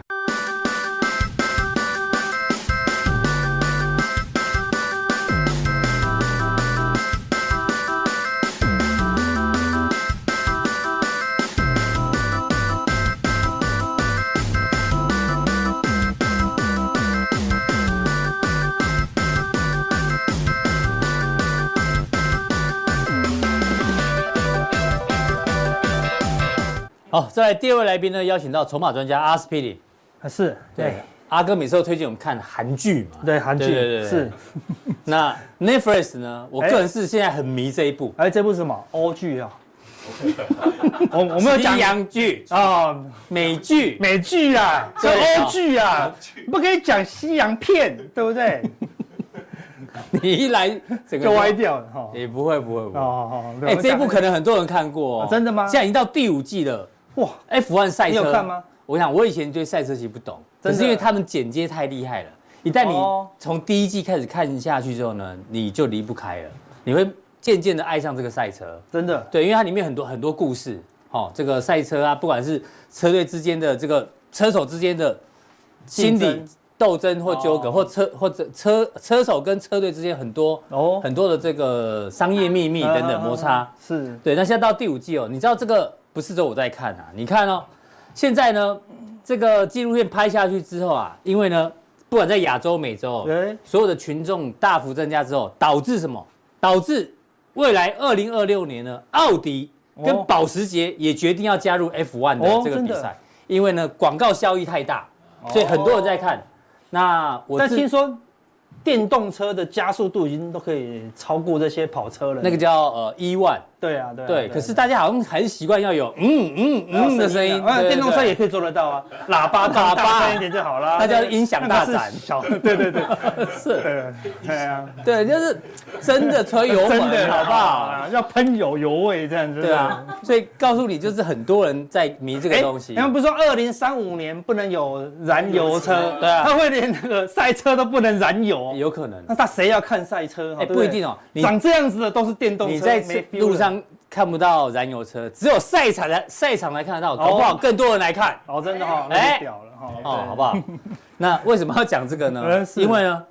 [SPEAKER 2] 好，再来第二位来宾呢，邀请到筹码专家阿司匹林。
[SPEAKER 3] 啊是，对，
[SPEAKER 2] 阿哥每次都推荐我们看韩剧嘛。
[SPEAKER 3] 对，韩剧
[SPEAKER 2] 对对对
[SPEAKER 3] 是，
[SPEAKER 2] 那 Netflix 呢，我个人是现在很迷这一部
[SPEAKER 3] 哎，这部是什么？欧 剧啊，我哎我没有讲
[SPEAKER 2] 西洋剧、
[SPEAKER 3] 啊，
[SPEAKER 2] 美剧，
[SPEAKER 3] 美剧啊，这
[SPEAKER 2] 对啊
[SPEAKER 3] 欧 剧啊，不可以讲西洋片，对不对？
[SPEAKER 2] 你一来整个
[SPEAKER 3] 就歪。掉了哦哈。
[SPEAKER 2] 也不会不会不会。
[SPEAKER 3] 哦，
[SPEAKER 2] 哎，这一部
[SPEAKER 3] 部
[SPEAKER 2] 可能很多人看过哦
[SPEAKER 3] 啊。真的吗
[SPEAKER 2] 现在已经到第五季了。
[SPEAKER 3] 哇，
[SPEAKER 2] F1 赛车
[SPEAKER 3] 你有看吗？
[SPEAKER 2] 我想我以前对赛车其实不懂，
[SPEAKER 3] 真
[SPEAKER 2] 只
[SPEAKER 3] 的
[SPEAKER 2] 是因为他们剪接太厉害了。一旦
[SPEAKER 3] 哦
[SPEAKER 2] 你从第一季开始看下去之后呢，你就离不开了，你会渐渐的爱上这个赛车。
[SPEAKER 3] 真的
[SPEAKER 2] 对，因为它里面很多很多故事，哦，这个赛车啊，不管是车队之间的这个车手之间的心
[SPEAKER 3] 竞
[SPEAKER 2] 理
[SPEAKER 3] 争
[SPEAKER 2] 斗争或纠葛，
[SPEAKER 3] 哦
[SPEAKER 2] 或车或者车车手跟车队之间很多
[SPEAKER 3] 哦
[SPEAKER 2] 很多的这个商业秘
[SPEAKER 3] 嗯
[SPEAKER 2] 密等等摩擦。
[SPEAKER 3] 啊是
[SPEAKER 2] 对，那现在到第五季哦，你知道这个不是只有我在看啊，你看哦，现在呢，这个纪录片拍下去之后啊，因为呢不管在亚洲、美洲，哦
[SPEAKER 3] 对
[SPEAKER 2] 所有的群众大幅增加之后，导致什么？导致未来二零二六年呢，奥迪
[SPEAKER 3] 哦
[SPEAKER 2] 跟保时捷也决定要加入 F1
[SPEAKER 3] 哦
[SPEAKER 2] 的这个
[SPEAKER 3] 真
[SPEAKER 2] 比
[SPEAKER 3] 的哦
[SPEAKER 2] 赛，因为呢广告效益太大，所以很多人在看。那我
[SPEAKER 3] 但
[SPEAKER 2] 自
[SPEAKER 3] 听说电动车的加速度已经都可以超过这些跑车了。
[SPEAKER 2] 那个叫呃 E One，
[SPEAKER 3] 对啊，对啊
[SPEAKER 2] 对，可是大家好像还是习惯要有嗯嗯嗯的声音，
[SPEAKER 3] 啊
[SPEAKER 2] 对
[SPEAKER 3] 电动车。
[SPEAKER 2] 对
[SPEAKER 3] 也可以做得到啊，喇叭
[SPEAKER 2] 喇叭
[SPEAKER 3] 大声一点就好啦。
[SPEAKER 2] 那叫音响大展
[SPEAKER 3] 那个是小对对对，
[SPEAKER 2] 是，
[SPEAKER 3] 对对啊，
[SPEAKER 2] 对，就是真的吹油
[SPEAKER 3] 真的
[SPEAKER 2] 门，好不好？
[SPEAKER 3] 啊？要喷油油味这样子。
[SPEAKER 2] 对啊，所以告诉你，就是很多人在迷这
[SPEAKER 3] 哎。
[SPEAKER 2] 个东西
[SPEAKER 3] 他。们不是说二零三五年不能有燃油车，
[SPEAKER 2] 对啊
[SPEAKER 3] 他会连那个赛车都不能燃油，
[SPEAKER 2] 有可能
[SPEAKER 3] 那。他谁要看赛车？
[SPEAKER 2] 哎，不
[SPEAKER 3] 对对
[SPEAKER 2] 一定哦。你
[SPEAKER 3] 长这样子的都是电动车，
[SPEAKER 2] 你在
[SPEAKER 3] 没 feel
[SPEAKER 2] 路
[SPEAKER 3] 了
[SPEAKER 2] 上看不到燃油车，只有赛场来赛场来看得到，搞不好更多人来看
[SPEAKER 3] 哦，真的哈，
[SPEAKER 2] 哎
[SPEAKER 3] 那就屌了哈，
[SPEAKER 2] 哦，好
[SPEAKER 3] 吧，
[SPEAKER 2] 不好？那为什么要讲这个
[SPEAKER 3] 呃
[SPEAKER 2] 呢？
[SPEAKER 3] 是
[SPEAKER 2] 因为呢，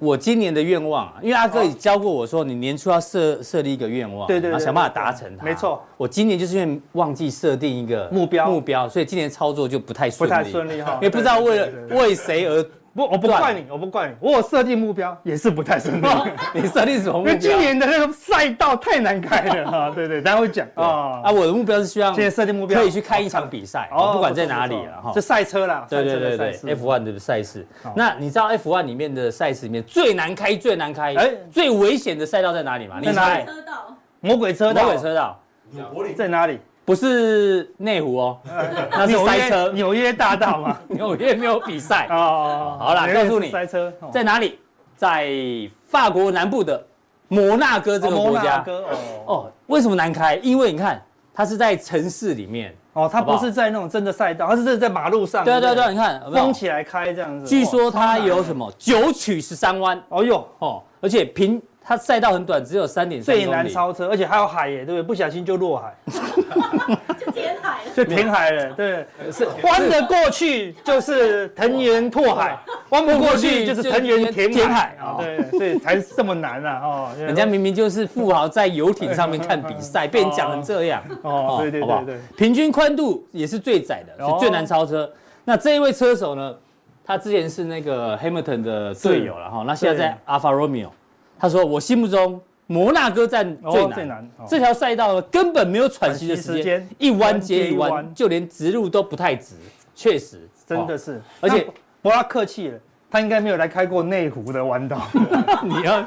[SPEAKER 2] 我今年的愿望啊，因为阿哥也教过我说，你年初要设设立一个愿望，
[SPEAKER 3] 哦
[SPEAKER 2] 啊
[SPEAKER 3] 对对对
[SPEAKER 2] 然后想办法达成它。
[SPEAKER 3] 没错，
[SPEAKER 2] 我今年就是因为忘记设定一个
[SPEAKER 3] 目标
[SPEAKER 2] 目标，所以今年操作就不太
[SPEAKER 3] 不
[SPEAKER 2] 顺利，
[SPEAKER 3] 太顺利哈，
[SPEAKER 2] 因为不知道为
[SPEAKER 3] 对对对
[SPEAKER 2] 了
[SPEAKER 3] 对
[SPEAKER 2] 为谁而
[SPEAKER 3] 不，我不
[SPEAKER 2] 断
[SPEAKER 3] 怪你，我不怪你，我有设定目标也是不 太顺利，
[SPEAKER 2] 你设定什么目
[SPEAKER 3] 因为
[SPEAKER 2] 标？
[SPEAKER 3] 今年的那个赛道太难开了哈，对对，大家会讲啊
[SPEAKER 2] 啊，，我的目标是希望
[SPEAKER 3] 今年设定目标
[SPEAKER 2] 可以去看一场比赛，
[SPEAKER 3] 哦
[SPEAKER 2] 不管在
[SPEAKER 3] 错
[SPEAKER 2] 哪里啊
[SPEAKER 3] 错
[SPEAKER 2] 了哈。
[SPEAKER 3] 就赛车啦，
[SPEAKER 2] 对对
[SPEAKER 3] 赛车
[SPEAKER 2] 对
[SPEAKER 3] 的
[SPEAKER 2] 对
[SPEAKER 3] 赛事
[SPEAKER 2] ，F1 的赛事
[SPEAKER 3] 好。
[SPEAKER 2] 那你知道 F1 里面的赛事里面最难开、最难开、
[SPEAKER 3] 哎
[SPEAKER 2] 最危险的赛道在哪里吗？你
[SPEAKER 3] 在哪
[SPEAKER 2] 猜
[SPEAKER 3] 里？
[SPEAKER 1] 车道，
[SPEAKER 3] 魔鬼车道，
[SPEAKER 2] 魔鬼车道
[SPEAKER 5] 纽柏林
[SPEAKER 3] 在哪里？
[SPEAKER 2] 不是内湖 哦，那是塞车。
[SPEAKER 3] 纽约大道嘛，
[SPEAKER 2] 纽约没有比赛，
[SPEAKER 3] 哦，
[SPEAKER 2] 好啦
[SPEAKER 3] 纽约是
[SPEAKER 2] 告诉你
[SPEAKER 3] 赛车哦
[SPEAKER 2] 在哪里？在法国南部的摩纳哥这
[SPEAKER 3] 哦
[SPEAKER 2] 个
[SPEAKER 3] 摩
[SPEAKER 2] 国
[SPEAKER 3] 纳
[SPEAKER 2] 家。
[SPEAKER 3] 哥哦，
[SPEAKER 2] 哦，为什么难开？因为你看，它是在城市里面。
[SPEAKER 3] 哦，它
[SPEAKER 2] 好不
[SPEAKER 3] 不
[SPEAKER 2] 好
[SPEAKER 3] 是在那种真的赛道，它是真的在马路上，
[SPEAKER 2] 对对啊
[SPEAKER 3] 不
[SPEAKER 2] 对，你看，有没有
[SPEAKER 3] 封起来开这样子，
[SPEAKER 2] 据说
[SPEAKER 3] 哇
[SPEAKER 2] 它有什么九曲十三弯
[SPEAKER 3] 哦哟，
[SPEAKER 2] 哦，而且平它赛道很短，只有三点三
[SPEAKER 3] 最
[SPEAKER 2] 公
[SPEAKER 3] 难
[SPEAKER 2] 里。
[SPEAKER 3] 超车，而且还有海耶，对不对？不小心就落 海，
[SPEAKER 1] 就填海 了。
[SPEAKER 3] 就填海了，对，
[SPEAKER 2] 呃
[SPEAKER 3] 是弯得过去就是藤原拓海，弯不过去就是藤原填
[SPEAKER 2] 填
[SPEAKER 3] 海
[SPEAKER 2] 海
[SPEAKER 3] 啊
[SPEAKER 2] 哦，
[SPEAKER 3] 对，所以才这么难啊，哦，
[SPEAKER 2] 人家明明就是富豪在游艇上面看比 赛，被你讲成这样，
[SPEAKER 3] 哦，对对
[SPEAKER 2] 好不好
[SPEAKER 3] 对对，
[SPEAKER 2] 平均宽度也是最窄的，
[SPEAKER 3] 哦
[SPEAKER 2] 是最难超车。那这一位车手呢，他之前是那个 Hamilton 的队友了哈，那现在在 Alfa Romeo，他说我心目中摩纳哥站最
[SPEAKER 3] 哦最
[SPEAKER 2] 难。
[SPEAKER 3] 难，哦
[SPEAKER 2] 这条赛道呢根本没有喘息的
[SPEAKER 3] 喘息
[SPEAKER 2] 时
[SPEAKER 3] 时
[SPEAKER 2] 间
[SPEAKER 3] 间，
[SPEAKER 2] 一弯接一
[SPEAKER 3] 一弯接一弯
[SPEAKER 2] 弯，就连直路都不太直。确实，
[SPEAKER 3] 真的
[SPEAKER 2] 哦，
[SPEAKER 3] 是，
[SPEAKER 2] 而且
[SPEAKER 3] 那不要客气了。他应该没有来开过内湖的 弯道，
[SPEAKER 2] 哦你要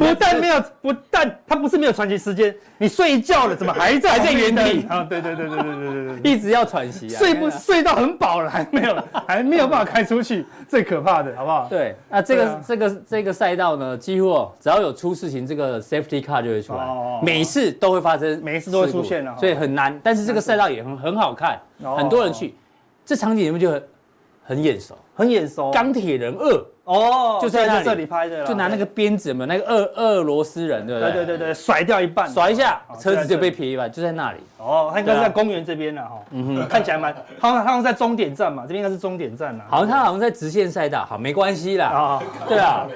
[SPEAKER 3] 不但没有，不但他不是没有传奇时间，你睡觉了，怎么还在
[SPEAKER 2] 还在原地
[SPEAKER 3] 啊？对对对对对对对 对对，
[SPEAKER 2] 一直要喘息啊，
[SPEAKER 3] 睡不
[SPEAKER 2] 你看啊
[SPEAKER 3] 睡到很饱了，还没有还没有办法开出去，最可怕的，好不好？
[SPEAKER 2] 对，那这
[SPEAKER 3] 对
[SPEAKER 2] 个、
[SPEAKER 3] 啊
[SPEAKER 2] 这个这个赛道呢，几乎哦，只要有出事情，这个 safety car 就会出来，
[SPEAKER 3] 哦
[SPEAKER 2] 每次都会发生事故，
[SPEAKER 3] 每一次都会出现啊
[SPEAKER 2] 所以很难。但是这个赛道也很很好看，
[SPEAKER 3] 哦
[SPEAKER 2] 很多人去，这场景你们就很很眼熟，
[SPEAKER 3] 很眼熟。
[SPEAKER 2] 《钢铁人二》
[SPEAKER 3] 哦，
[SPEAKER 2] 就在那里
[SPEAKER 3] 这里拍的啦，
[SPEAKER 2] 就拿那个鞭子，有没有那个俄俄罗斯人，对不
[SPEAKER 3] 对
[SPEAKER 2] 对？
[SPEAKER 3] 啊对对对，甩掉一半，
[SPEAKER 2] 甩一下
[SPEAKER 3] 哦
[SPEAKER 2] 车子就被
[SPEAKER 3] 就在这里
[SPEAKER 2] 撇一半，就在那里。
[SPEAKER 3] 哦，他应该是在
[SPEAKER 2] 对啊
[SPEAKER 3] 公园这边了哈，
[SPEAKER 2] 嗯
[SPEAKER 3] 看起来蛮，好像好像在终点站嘛，这边应该是终点站啦。
[SPEAKER 2] 好像他好像在直线赛道，好没关系啦，
[SPEAKER 3] 啊，
[SPEAKER 2] 对 啊，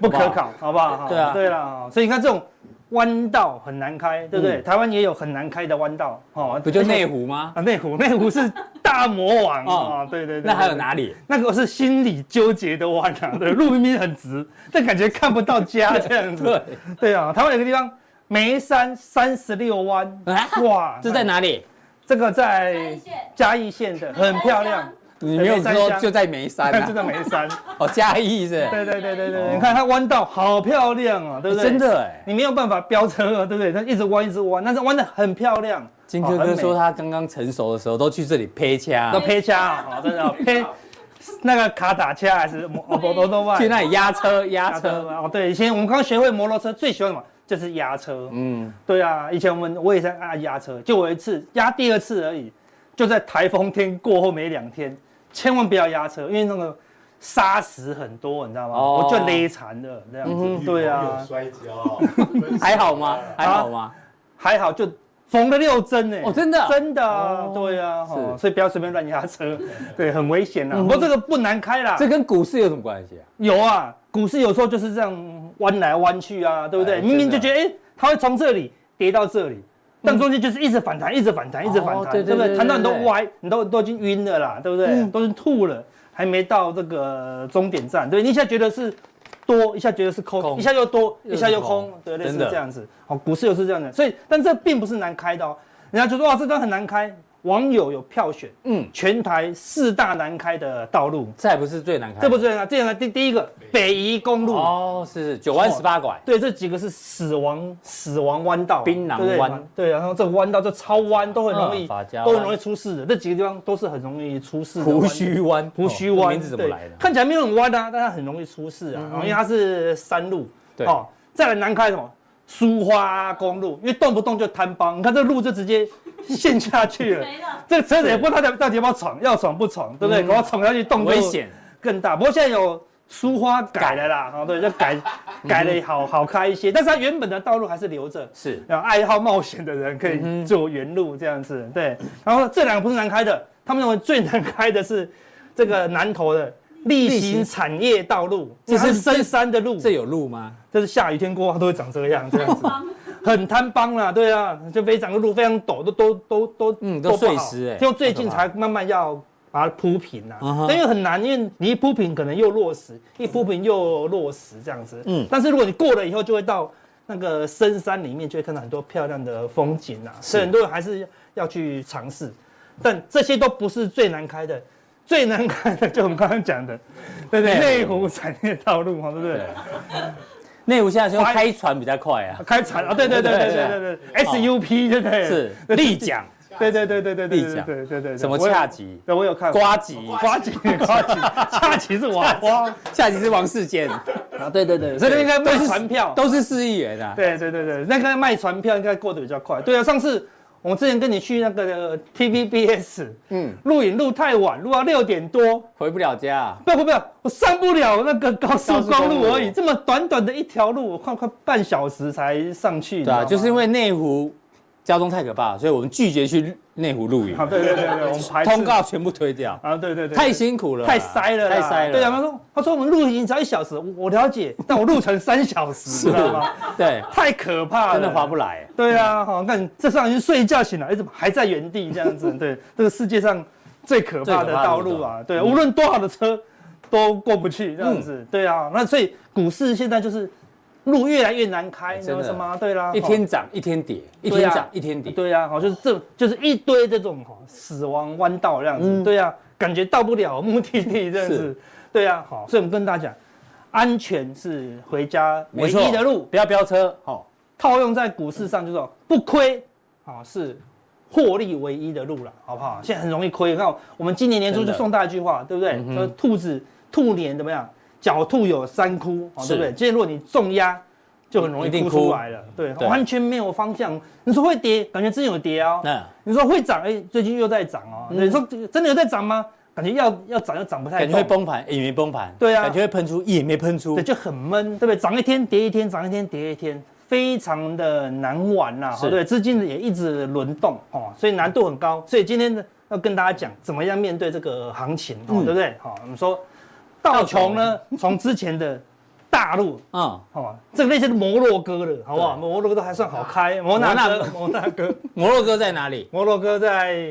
[SPEAKER 3] 不可考，好不好？
[SPEAKER 2] 对啊
[SPEAKER 3] 对啦，所以你看这种弯道很难开，对不对？台湾也有很难开的弯道，哦，
[SPEAKER 2] 嗯不就内
[SPEAKER 3] 湖
[SPEAKER 2] 湖吗？
[SPEAKER 3] 啊？内湖内湖是大魔王
[SPEAKER 2] 哦
[SPEAKER 3] 啊，对对对，
[SPEAKER 2] 那还有
[SPEAKER 3] 对
[SPEAKER 2] 哪里？
[SPEAKER 3] 那个是心理纠结的弯啊，对，路明明很直，但感觉看不到家这样子。
[SPEAKER 2] 对，
[SPEAKER 3] 对啊，台湾有个地方眉山三十六弯，
[SPEAKER 2] 啊，
[SPEAKER 3] 哇，
[SPEAKER 2] 这在？哪里？
[SPEAKER 3] 这个在
[SPEAKER 1] 三线，
[SPEAKER 3] 嘉义县的，很漂亮，
[SPEAKER 2] 你没有
[SPEAKER 3] 在梅山
[SPEAKER 2] 说
[SPEAKER 3] 乡
[SPEAKER 2] 就在眉山
[SPEAKER 3] 看这
[SPEAKER 2] 啊？
[SPEAKER 3] 个眉山，
[SPEAKER 2] 哦，嘉义是不是。
[SPEAKER 3] 对对对对对，
[SPEAKER 2] 哦
[SPEAKER 3] 你看它弯道好漂亮啊，对不对？
[SPEAKER 2] 真，的哎，
[SPEAKER 3] 你没有办法飙车啊，对不对？它一直弯一直弯，但是弯的很漂亮。
[SPEAKER 2] 金哥
[SPEAKER 3] 哦很
[SPEAKER 2] 哥
[SPEAKER 3] 美
[SPEAKER 2] 说他刚刚成熟的时候都去这里拍掐
[SPEAKER 3] 要，配掐啊，哦真的哦配那个卡打掐还是摩摩摩托
[SPEAKER 2] 去
[SPEAKER 3] 外。
[SPEAKER 2] 那里压车 压
[SPEAKER 3] 压车
[SPEAKER 2] 车。
[SPEAKER 3] 哦，对，以前我们刚学会摩托车，最喜欢什么？就是压车。
[SPEAKER 2] 嗯，
[SPEAKER 3] 对啊，以前我们我也在按压车，就我一次压第二次而已，就在台风天过后没两天，千万不要压车，因为那个沙石很多，你知道吗？
[SPEAKER 2] 哦
[SPEAKER 3] 我就勒残了这样子。
[SPEAKER 2] 嗯
[SPEAKER 3] 对啊，
[SPEAKER 5] 摔跤，
[SPEAKER 2] 还好吗？还好吗？
[SPEAKER 3] 还好就缝了六针呢、
[SPEAKER 2] 哦真的啊
[SPEAKER 3] 哎真的啊，
[SPEAKER 2] 哦
[SPEAKER 3] 对啊，
[SPEAKER 2] 是
[SPEAKER 3] 哦，所以不要随便乱压车，对，很危险啊。
[SPEAKER 2] 嗯
[SPEAKER 3] 不过这个不难开啦，
[SPEAKER 2] 这跟股市有什么关系啊？
[SPEAKER 3] 有啊，股市有时候就是这样弯来弯去啊，对不对？
[SPEAKER 2] 哎
[SPEAKER 3] 明明就
[SPEAKER 2] 真的嗯
[SPEAKER 3] 觉得哎、它会从这里跌到这里，但中间就是一直反弹，一直反弹，一直反弹，
[SPEAKER 2] 哦对对
[SPEAKER 3] 对不对？
[SPEAKER 2] 对
[SPEAKER 3] 弹到你都
[SPEAKER 2] 对对
[SPEAKER 3] 歪，你都都已经晕了啦，对不对？
[SPEAKER 2] 嗯
[SPEAKER 3] 都已经吐了，还没到这个终点站，对，你一下觉得是多，一下觉得是空，
[SPEAKER 2] 空
[SPEAKER 3] 一下又多，
[SPEAKER 2] 又是
[SPEAKER 3] 一下又空
[SPEAKER 2] 空，
[SPEAKER 3] 对，类似
[SPEAKER 2] 真的
[SPEAKER 3] 这样子。好，股市又是这样的，所以但这并不是难开的哦。人家就说哇，这张很难开，网友有票选，
[SPEAKER 2] 嗯，
[SPEAKER 3] 全台四大难开的道路，
[SPEAKER 2] 这还不是最难开的，
[SPEAKER 3] 这不是啊，这样呢，第第一个北宜公路。
[SPEAKER 2] 哦，是是九弯十八拐，
[SPEAKER 3] 对，这几个是死亡死亡弯道啊，
[SPEAKER 2] 槟榔
[SPEAKER 3] 对不对
[SPEAKER 2] 弯，
[SPEAKER 3] 对，然后这个弯道就超弯，都很容易
[SPEAKER 2] 嗯法，家
[SPEAKER 3] 都很
[SPEAKER 2] 湾
[SPEAKER 3] 容易出事的。这几个地方都是很容易出事的弯道。
[SPEAKER 2] 胡须湾，
[SPEAKER 3] 哦胡须
[SPEAKER 2] 哦这
[SPEAKER 3] 湾，
[SPEAKER 2] 名字怎么
[SPEAKER 3] 对
[SPEAKER 2] 来的？嗯
[SPEAKER 3] 看起来没有很弯啊，但它很容易出事啊，因为它是山路。哦
[SPEAKER 2] 对，
[SPEAKER 3] 再来难开什么？苏花公路，因为动不动就摊帮，你看这路就直接陷下去 了。
[SPEAKER 1] 没 了，
[SPEAKER 3] 这个车子也不知道到底到底要不要闯，要闯不闯，对不对？然后闯下去动
[SPEAKER 2] 嗯
[SPEAKER 3] 就
[SPEAKER 2] 危险，
[SPEAKER 3] 更大。不过现在有苏花改了啦，哦，对，就 改改的好好开一些，但是它原本的道路还是留着。
[SPEAKER 2] 是
[SPEAKER 3] 然后爱好冒险的人可以做原路这样子，对。然后这两个不是难开的，他们认为最难开的是这个南投的例行产业道路，这
[SPEAKER 2] 这
[SPEAKER 3] 是
[SPEAKER 2] 是
[SPEAKER 3] 深山的路，
[SPEAKER 2] 这有路吗？
[SPEAKER 3] 这是下雨天过后它都会长这样这样子，
[SPEAKER 1] 帮
[SPEAKER 3] 很贪帮啦，对啊，就非常的路非常陡，都都都都
[SPEAKER 2] 嗯
[SPEAKER 3] 不好
[SPEAKER 2] 都碎石欸
[SPEAKER 3] 就最近才慢慢要。把它铺平啦、
[SPEAKER 2] 嗯
[SPEAKER 3] 啊
[SPEAKER 2] 哼，
[SPEAKER 3] 但因为很难，因为你一铺平可能又落石，一铺平又落石这样子。嗯
[SPEAKER 2] 嗯，
[SPEAKER 3] 但是如果你过了以后，就会到那个深山里面，就会看到很多漂亮的风景啊，所以很多人还是要去尝试。但这些都不是最难开的，最难开的就我们刚刚讲的，对不对？内
[SPEAKER 2] 内湖
[SPEAKER 3] 湖产业道路嘛，对不对？
[SPEAKER 2] 内湖现在是用
[SPEAKER 3] 怀
[SPEAKER 2] 开船比较快啊，
[SPEAKER 3] 开船啊，对对对对对对对，SUP 对不对？
[SPEAKER 2] 哦是
[SPEAKER 3] 对
[SPEAKER 2] 立桨，
[SPEAKER 3] 对对对对对对
[SPEAKER 2] 立
[SPEAKER 3] 对
[SPEAKER 2] 桨
[SPEAKER 3] 对对对，
[SPEAKER 2] 什么
[SPEAKER 3] 我有
[SPEAKER 2] 恰？吉、
[SPEAKER 3] 对，我有看
[SPEAKER 2] 瓜吉，
[SPEAKER 3] 瓜吉 瓜吉，恰吉是娃娃
[SPEAKER 2] 恰吉是王世坚，
[SPEAKER 3] 啊，对对对，所以那个卖船票，
[SPEAKER 2] 都是市议员啊。
[SPEAKER 3] 对对对对，那个卖船票应该过得比较快。对啊，上次我之前跟你去那个 TVBS，嗯
[SPEAKER 2] 嗯，
[SPEAKER 3] 录影录太晚，录到六点多，
[SPEAKER 2] 回不了家啊，
[SPEAKER 3] 不要不要，我上不了那个高速公
[SPEAKER 2] 高速公
[SPEAKER 3] 路
[SPEAKER 2] 路
[SPEAKER 3] 而已，这么短短的一条路，我快快半小时才上去。
[SPEAKER 2] 对啊，
[SPEAKER 3] 你知道吗
[SPEAKER 2] 就是因为内湖交通太可怕了，所以我们拒绝去内湖露营
[SPEAKER 3] 啊，，对对对对，我们排斥
[SPEAKER 2] 通告全部推掉，
[SPEAKER 3] 啊，对对对，
[SPEAKER 2] 太辛苦了啊，
[SPEAKER 3] 太塞了啦，
[SPEAKER 2] 太塞了。
[SPEAKER 3] 对啊，他说他说我们路程只要一小时，我我了解，但我路程三小时，你知道吗？
[SPEAKER 2] 对，
[SPEAKER 3] 太可怕了，
[SPEAKER 2] 真的划不。来。
[SPEAKER 3] 对啊，好，那你这上已经睡觉醒来，哎，怎么还在原地 这样子？对，这个世界上最可怕的道路啊，对，
[SPEAKER 2] 嗯
[SPEAKER 3] 无论多好的车都过不去这样子。对啊，那所以股市现在就是路越来越难开，
[SPEAKER 2] 哎
[SPEAKER 3] 你知道
[SPEAKER 2] 真的
[SPEAKER 3] 什么？对啦，
[SPEAKER 2] 一
[SPEAKER 3] 好
[SPEAKER 2] 天涨一天跌，一
[SPEAKER 3] 对啊
[SPEAKER 2] 天涨一天跌，
[SPEAKER 3] 对呀、啊，好，就是这就是一堆这种哈死亡弯道这样子，对呀、啊，感觉到不了目的地这样子
[SPEAKER 2] 嗯是，
[SPEAKER 3] 对呀、啊，好，所以我们跟大家讲，安全是回家唯
[SPEAKER 2] 没错
[SPEAKER 3] 一的路，
[SPEAKER 2] 不要飙车哦。
[SPEAKER 3] 套用在股市上就是说不亏，啊是获利唯一的路了，好不好？现在很容易亏，你看我们今年年初
[SPEAKER 2] 真
[SPEAKER 3] 就
[SPEAKER 2] 的嗯
[SPEAKER 3] 送大家一句话，对不对？说兔子兔年怎么样？狡兔有三窟，哦，
[SPEAKER 2] 是
[SPEAKER 3] 对不对？今天如果你重压，就很容
[SPEAKER 2] 一
[SPEAKER 3] 易
[SPEAKER 2] 定
[SPEAKER 3] 哭
[SPEAKER 2] 哭
[SPEAKER 3] 出来了，对，
[SPEAKER 2] 对
[SPEAKER 3] 完全没有方向。你说会跌，感觉真有跌哦，
[SPEAKER 2] 那
[SPEAKER 3] 你说会涨，哎、最近又在涨哦。你说真的有在涨吗？感觉要要涨又涨不太
[SPEAKER 2] 嗯感觉会
[SPEAKER 3] 动，
[SPEAKER 2] 崩盘也没崩盘，
[SPEAKER 3] 对啊
[SPEAKER 2] 感觉会喷出也没喷出
[SPEAKER 3] 对，，就很闷，对不对？涨一天跌一天，涨一天跌一天，非常的难玩呐、
[SPEAKER 2] 是
[SPEAKER 3] 对，资金也一直轮动哦，所以难度很高。所以今天呢，要跟大家讲怎么样面对这个行情，哦，
[SPEAKER 2] 嗯
[SPEAKER 3] 对不对？好、我们说道琼呢，从之前的大陆
[SPEAKER 2] 嗯，
[SPEAKER 3] 哦，这个类似摩洛哥的，好不好？
[SPEAKER 2] 对
[SPEAKER 3] 摩洛哥都还算好开，摩纳哥，摩纳哥，
[SPEAKER 2] 摩洛哥在哪里？
[SPEAKER 3] 摩洛哥在。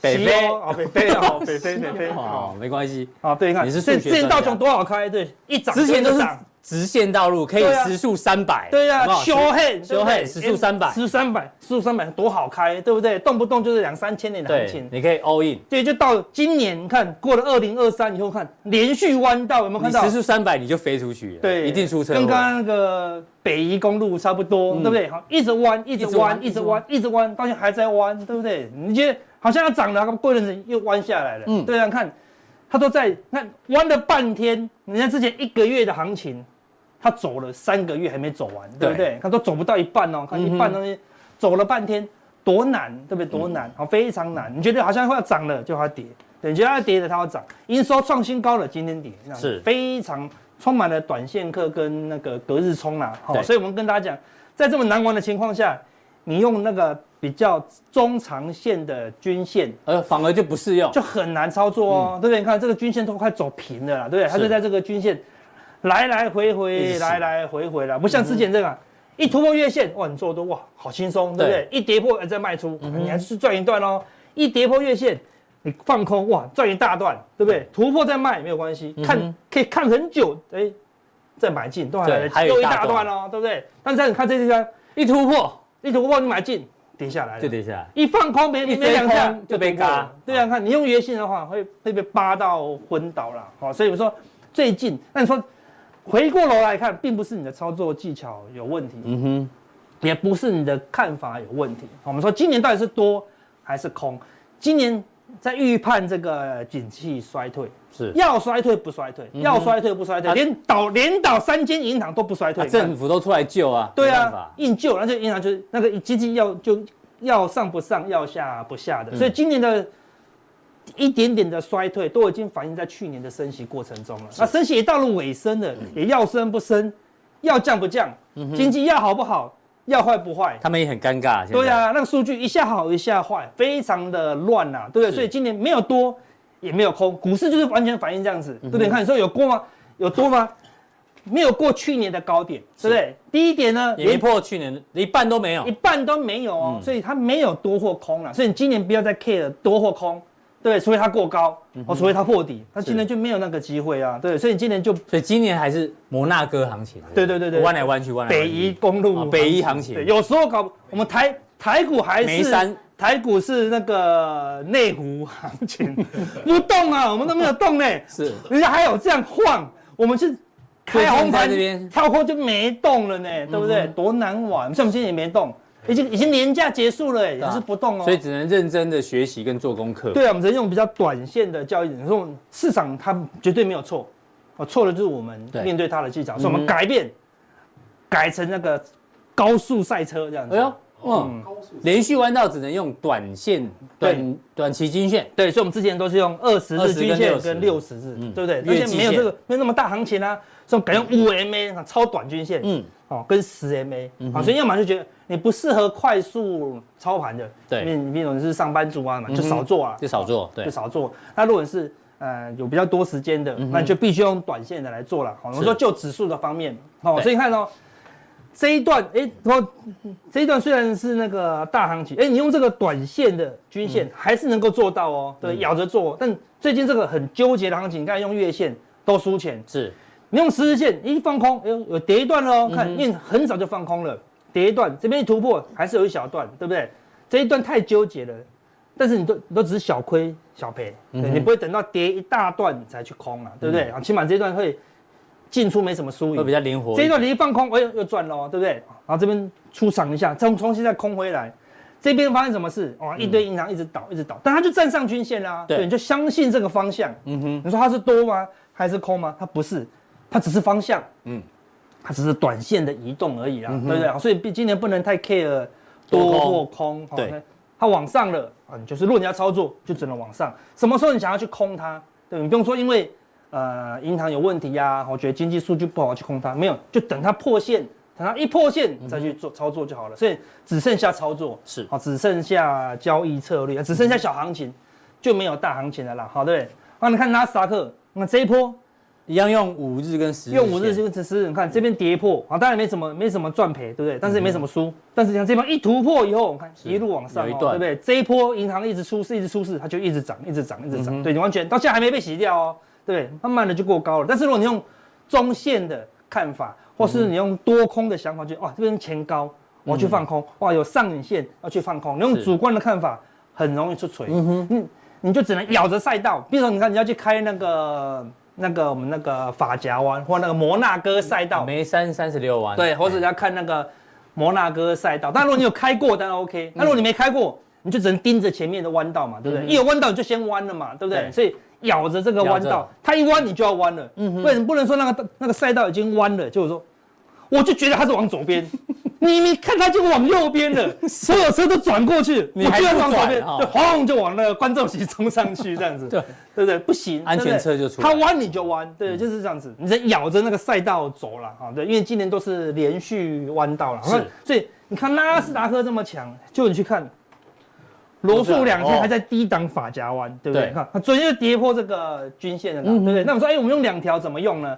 [SPEAKER 2] 北
[SPEAKER 3] 西
[SPEAKER 2] 非
[SPEAKER 3] 欧哦，北非哦， 北非，北非，哦，
[SPEAKER 2] 哦，没关系，
[SPEAKER 3] 啊，对，你看，
[SPEAKER 2] 你是
[SPEAKER 3] 所以
[SPEAKER 2] 数学
[SPEAKER 3] 之前
[SPEAKER 2] 专家
[SPEAKER 3] 道琼多好开，对，一涨
[SPEAKER 2] 之前
[SPEAKER 3] 就
[SPEAKER 2] 都
[SPEAKER 3] 一
[SPEAKER 2] 是
[SPEAKER 3] 涨
[SPEAKER 2] 直线道路，可以
[SPEAKER 3] 对啊
[SPEAKER 2] 时速三百，
[SPEAKER 3] 对呀、啊，
[SPEAKER 2] 修
[SPEAKER 3] 修恨
[SPEAKER 2] 修恨时速三百，
[SPEAKER 3] 哎时速三百，时速三百多好开，对不对？动不动就是两三千年的行
[SPEAKER 2] 对
[SPEAKER 3] 情，。
[SPEAKER 2] 你可以 all in，
[SPEAKER 3] 对，就到今年，你看过了二零二三以后，看连续弯道有没有
[SPEAKER 2] 你
[SPEAKER 3] 看到
[SPEAKER 2] 时？速三百你就飞出去了，
[SPEAKER 3] 对，
[SPEAKER 2] 一定出车祸
[SPEAKER 3] 跟刚刚那个北宜公路差不多，
[SPEAKER 2] 嗯
[SPEAKER 3] 对不对？好，一直弯，一直弯，一
[SPEAKER 2] 一
[SPEAKER 3] 直
[SPEAKER 2] 直
[SPEAKER 3] 弯
[SPEAKER 2] 弯，
[SPEAKER 3] 一直弯，到现在还在弯，对不对？你觉得好像要涨了，过一阵子又弯下来了。
[SPEAKER 2] 嗯
[SPEAKER 3] 对啊，看它都在那弯了半天，人家之前一个月的行情，它走了三个月还没走完，对不对？它都走不到一半哦，看一
[SPEAKER 2] 嗯
[SPEAKER 3] 半东西走了半天，多难，对不对？多难，好，非常难。你觉得好像快要涨了，就它跌。对你觉得它跌了，它要涨，营收创新高了，今天跌，这样子
[SPEAKER 2] 是
[SPEAKER 3] 非常充满了短线客跟那个隔日冲啦。好，
[SPEAKER 2] 对
[SPEAKER 3] 所以我们跟大家讲，在这么难玩的情况下，你用那个比较中长线的均线
[SPEAKER 2] 呃，反而就不适用，
[SPEAKER 3] 就很难操作哦，对不对？你看这个均线都快走平了啦，对不对？它
[SPEAKER 2] 嗯是
[SPEAKER 3] 就在这个均线来来回
[SPEAKER 2] 一
[SPEAKER 3] 回，
[SPEAKER 2] 直嗯
[SPEAKER 3] 来来回回啦，不像之前这个啊。一突破月线，哇，你做
[SPEAKER 2] 嗯
[SPEAKER 3] 多哇，好轻松，对不对？一跌破呃再卖出，你还是赚一段哦。一跌破月线，你放空哇赚一大段，对不对？突破再卖也没有关系，看、
[SPEAKER 2] 嗯哼
[SPEAKER 3] 可以看很久，哎，再买进都还
[SPEAKER 2] 对还有
[SPEAKER 3] 又
[SPEAKER 2] 一
[SPEAKER 3] 一
[SPEAKER 2] 大
[SPEAKER 3] 大段哦，对不对？但是你看这地方
[SPEAKER 2] 一突破
[SPEAKER 3] 一突破你买进跌下来了，
[SPEAKER 2] 就跌下来，
[SPEAKER 3] 一放空没
[SPEAKER 2] 一
[SPEAKER 3] 没
[SPEAKER 2] 追
[SPEAKER 3] 两下
[SPEAKER 2] 空就被
[SPEAKER 3] 突破了
[SPEAKER 2] 嘎
[SPEAKER 3] 对啊，看你用原性的话，会会被扒到昏倒啦。好、所以我说最近，那你说回过头来看，并不是你的操作技巧有问题，
[SPEAKER 2] 嗯哼，
[SPEAKER 3] 也不是你的看法有问题。好我们说今年到底是多还是空？今年在预判这个景气衰退，
[SPEAKER 2] 是。
[SPEAKER 3] 要衰退不衰退，
[SPEAKER 2] 哼
[SPEAKER 3] 要衰退不衰退，
[SPEAKER 2] 啊
[SPEAKER 3] 连倒连倒三间银行都不衰退，
[SPEAKER 2] 啊
[SPEAKER 3] 你看
[SPEAKER 2] 政府都出来救啊，
[SPEAKER 3] 对
[SPEAKER 2] 没办
[SPEAKER 3] 啊
[SPEAKER 2] 法，
[SPEAKER 3] 硬救，那就银行就是那个经济要就要上不上，要下不下
[SPEAKER 2] 嗯
[SPEAKER 3] 的，所以今年的一点点的衰退都已经反映在去年的升息过程中了。那升息也到了尾声了，
[SPEAKER 2] 嗯
[SPEAKER 3] 也要升不升，要降不降，经济要好不好，要坏不坏。
[SPEAKER 2] 他们也很尴尬。现在
[SPEAKER 3] 对，啊，那个数据一下好一下坏，非常的乱呐、对不对？
[SPEAKER 2] 是
[SPEAKER 3] 所以今年没有多，也没有空，股市就是完全反映这样
[SPEAKER 2] 嗯
[SPEAKER 3] 子，对不对？看你说有过吗？有多吗？没有过去年的高点，对不对？第一点呢，
[SPEAKER 2] 也没破去年的一半都没有
[SPEAKER 3] 一。半都没有哦，
[SPEAKER 2] 嗯
[SPEAKER 3] 所以它没有多或空啊了，所以你今年不要再 care 多或空，对，除非它过高，
[SPEAKER 2] 嗯
[SPEAKER 3] 哦，除非它破底，那今年就没有那个机会啊，对，所以你今年就
[SPEAKER 2] 所以今年还是摩纳哥行情，
[SPEAKER 3] 对对对对
[SPEAKER 2] 弯来弯去，弯来弯
[SPEAKER 3] 北
[SPEAKER 2] 去
[SPEAKER 3] 宜公路
[SPEAKER 2] 啊
[SPEAKER 3] 行情、
[SPEAKER 2] 北宜行情
[SPEAKER 3] 对，有时候搞不我们台台股还
[SPEAKER 2] 眉
[SPEAKER 3] 是
[SPEAKER 2] 山
[SPEAKER 3] 台股是那个内湖行情 不动啊，我们都没有 动呢，
[SPEAKER 2] 是
[SPEAKER 3] 人家还有这样晃，我们是开
[SPEAKER 2] 最
[SPEAKER 3] 红
[SPEAKER 2] 近在
[SPEAKER 3] 盘
[SPEAKER 2] 这边嗯
[SPEAKER 3] 跳空就没动了呢，对不对？多难玩，所以我们今天也没动，已经已经年假结束了，也
[SPEAKER 2] 啊
[SPEAKER 3] 是不动哦，
[SPEAKER 2] 所以只能认真的学习跟做功课。
[SPEAKER 3] 对啊，我们只能用比较短线的交易，你说市场它绝对没有错，哦，错的就是我们
[SPEAKER 2] 对
[SPEAKER 3] 面对它的技巧，所以
[SPEAKER 2] 嗯
[SPEAKER 3] 我们改变，改成那个高速赛车这样子。
[SPEAKER 2] 哎呦，嗯，
[SPEAKER 5] 嗯，高速
[SPEAKER 2] 连续弯道只能用短线、
[SPEAKER 3] 对
[SPEAKER 2] 短短期均线，
[SPEAKER 3] 对，所以我们之前都是用二十
[SPEAKER 2] 20
[SPEAKER 3] 日均线
[SPEAKER 2] 跟
[SPEAKER 3] 跟
[SPEAKER 2] 60
[SPEAKER 3] 六十日
[SPEAKER 2] 嗯，
[SPEAKER 3] 对不对？
[SPEAKER 2] 月
[SPEAKER 3] 而且
[SPEAKER 2] 季
[SPEAKER 3] 没有
[SPEAKER 2] 线
[SPEAKER 3] 这个没有那么大行情啊，所以我们改用五 MA 超短均线，
[SPEAKER 2] 嗯，
[SPEAKER 3] 哦，跟十 MA，
[SPEAKER 2] 嗯
[SPEAKER 3] 啊，
[SPEAKER 2] 哼
[SPEAKER 3] 所以要么就觉得你不适合快速操盘的，
[SPEAKER 2] 对嗯
[SPEAKER 3] 因为你那种是上班族啊嘛，就
[SPEAKER 2] 哼
[SPEAKER 3] 少做啊，
[SPEAKER 2] 就少做。对嗯
[SPEAKER 3] 就，少做。那如果是呃有比较多时间的，那你就必须用短线的来做了。好，我们说就指数的方面，好，
[SPEAKER 2] 对
[SPEAKER 3] 所以你看哦，这一段，哎，然后这一段虽然是那个大行情，哎，你用这个短线的均
[SPEAKER 2] 嗯
[SPEAKER 3] 线还是能够做到哦，对，咬着做。但最近这个很纠结的行情，你看用月线都输钱，
[SPEAKER 2] 是
[SPEAKER 3] 你用十日线一放空，哎呦，有跌一段了哦，看，因为很早就放空了，跌一段，这边一突破还是有一小段，对不对？这一段太纠结了，但是你都你都只是小亏小赔，对你不会等到跌一大段你才去空啊，对不对？啊，起码这一段会进出没什么输
[SPEAKER 2] 会比
[SPEAKER 3] 赢，
[SPEAKER 2] 较灵活。
[SPEAKER 3] 嗯这一段你一放空，哎呦，又赚了哦，对不对？然后这边出场一下，重重新再空回来。这边发生什么事？哇，一堆银行一直倒，一直倒，但它就站上均线啦。
[SPEAKER 2] 对
[SPEAKER 3] 你就相信这个方向。
[SPEAKER 2] 嗯哼，
[SPEAKER 3] 你说它是多吗？还是空吗？它不是，它只是方向，
[SPEAKER 2] 嗯
[SPEAKER 3] 嗯，它只是短线的移动而已啊，对不对？所以毕今年不能太 care 多或空，
[SPEAKER 2] 对
[SPEAKER 3] 那它往上了啊，你就是论你要操作，就只能往上。什么时候你想要去空它？对，你不用说因为呃银行有问题呀、我觉得经济数据不好去空它，没有，就等它破线。等它一破线再去做操作就好了，所以只剩下操作
[SPEAKER 2] 是
[SPEAKER 3] 好，只剩下交易策略，只剩下小行情，就没有大行情了啦，好对不对？那你看纳斯达克，那这一波
[SPEAKER 2] 一样用五日跟十日线，
[SPEAKER 3] 用五日就只是你看这边跌破啊，当然没什么没什么赚赔，对不对？但是也没什么输。但是你看这边一突破以后，我看一路往上、哦，
[SPEAKER 2] 嗯有一
[SPEAKER 3] 对
[SPEAKER 2] 段
[SPEAKER 3] 不对？这一波银行一直出事，一直出事，它就一直涨，一直涨，一
[SPEAKER 2] 嗯
[SPEAKER 3] 直涨。对你完全到现在还没被洗掉哦，对，慢慢的就过高了。但是如果你用中线的看法，或
[SPEAKER 2] 嗯
[SPEAKER 3] 是你用多空的想法，就哦哇这边前高，我要去放空，哇有上影线要去放空，你用
[SPEAKER 2] 是
[SPEAKER 3] 主观的看法很容易出锤。嗯哼，你你就只能咬着赛道。比如说，你看你要去开那个那个我们那个法夹湾或那个摩纳哥赛道，
[SPEAKER 2] 梅山三十六哎弯，
[SPEAKER 3] 对，或者你要看那个摩纳哥赛道。但如果你有开过，当然 OK。那如果
[SPEAKER 2] 嗯
[SPEAKER 3] 你没开过，你就只能盯着前面的弯道嘛，对不对？一有弯道你就先弯了嘛，对不对？
[SPEAKER 2] 对
[SPEAKER 3] 所以咬着这个弯
[SPEAKER 2] 咬着
[SPEAKER 3] 道，它一弯你就要弯了。嗯哼，不然你不能说那个那个赛道已经弯了，就是说。我就觉得它是往左边，你你看它就往右 边了，所有车都转过去，
[SPEAKER 2] 你
[SPEAKER 3] 我
[SPEAKER 2] 还
[SPEAKER 3] 就要
[SPEAKER 2] 不
[SPEAKER 3] 往左
[SPEAKER 2] 转
[SPEAKER 3] 边，
[SPEAKER 2] 哦
[SPEAKER 3] 就轰就往那个观众席冲上去这样子。
[SPEAKER 2] 对，
[SPEAKER 3] 对不对？不行，
[SPEAKER 2] 安全
[SPEAKER 3] 对不对
[SPEAKER 2] 车就出来了
[SPEAKER 3] 它弯你就弯，
[SPEAKER 2] 嗯
[SPEAKER 3] 对，就是这样子，你在咬着那个赛道走了哈。对，因为今年都是连续弯道了，
[SPEAKER 2] 是
[SPEAKER 3] 所以你看纳斯达克这么强，就你去看罗素两
[SPEAKER 2] 哦
[SPEAKER 3] 天还在低档法夹弯，对不对？
[SPEAKER 2] 对嗯
[SPEAKER 3] 看它昨天就跌破这个均线了啦，对不对？那我们说，哎，我们用两条怎么用呢？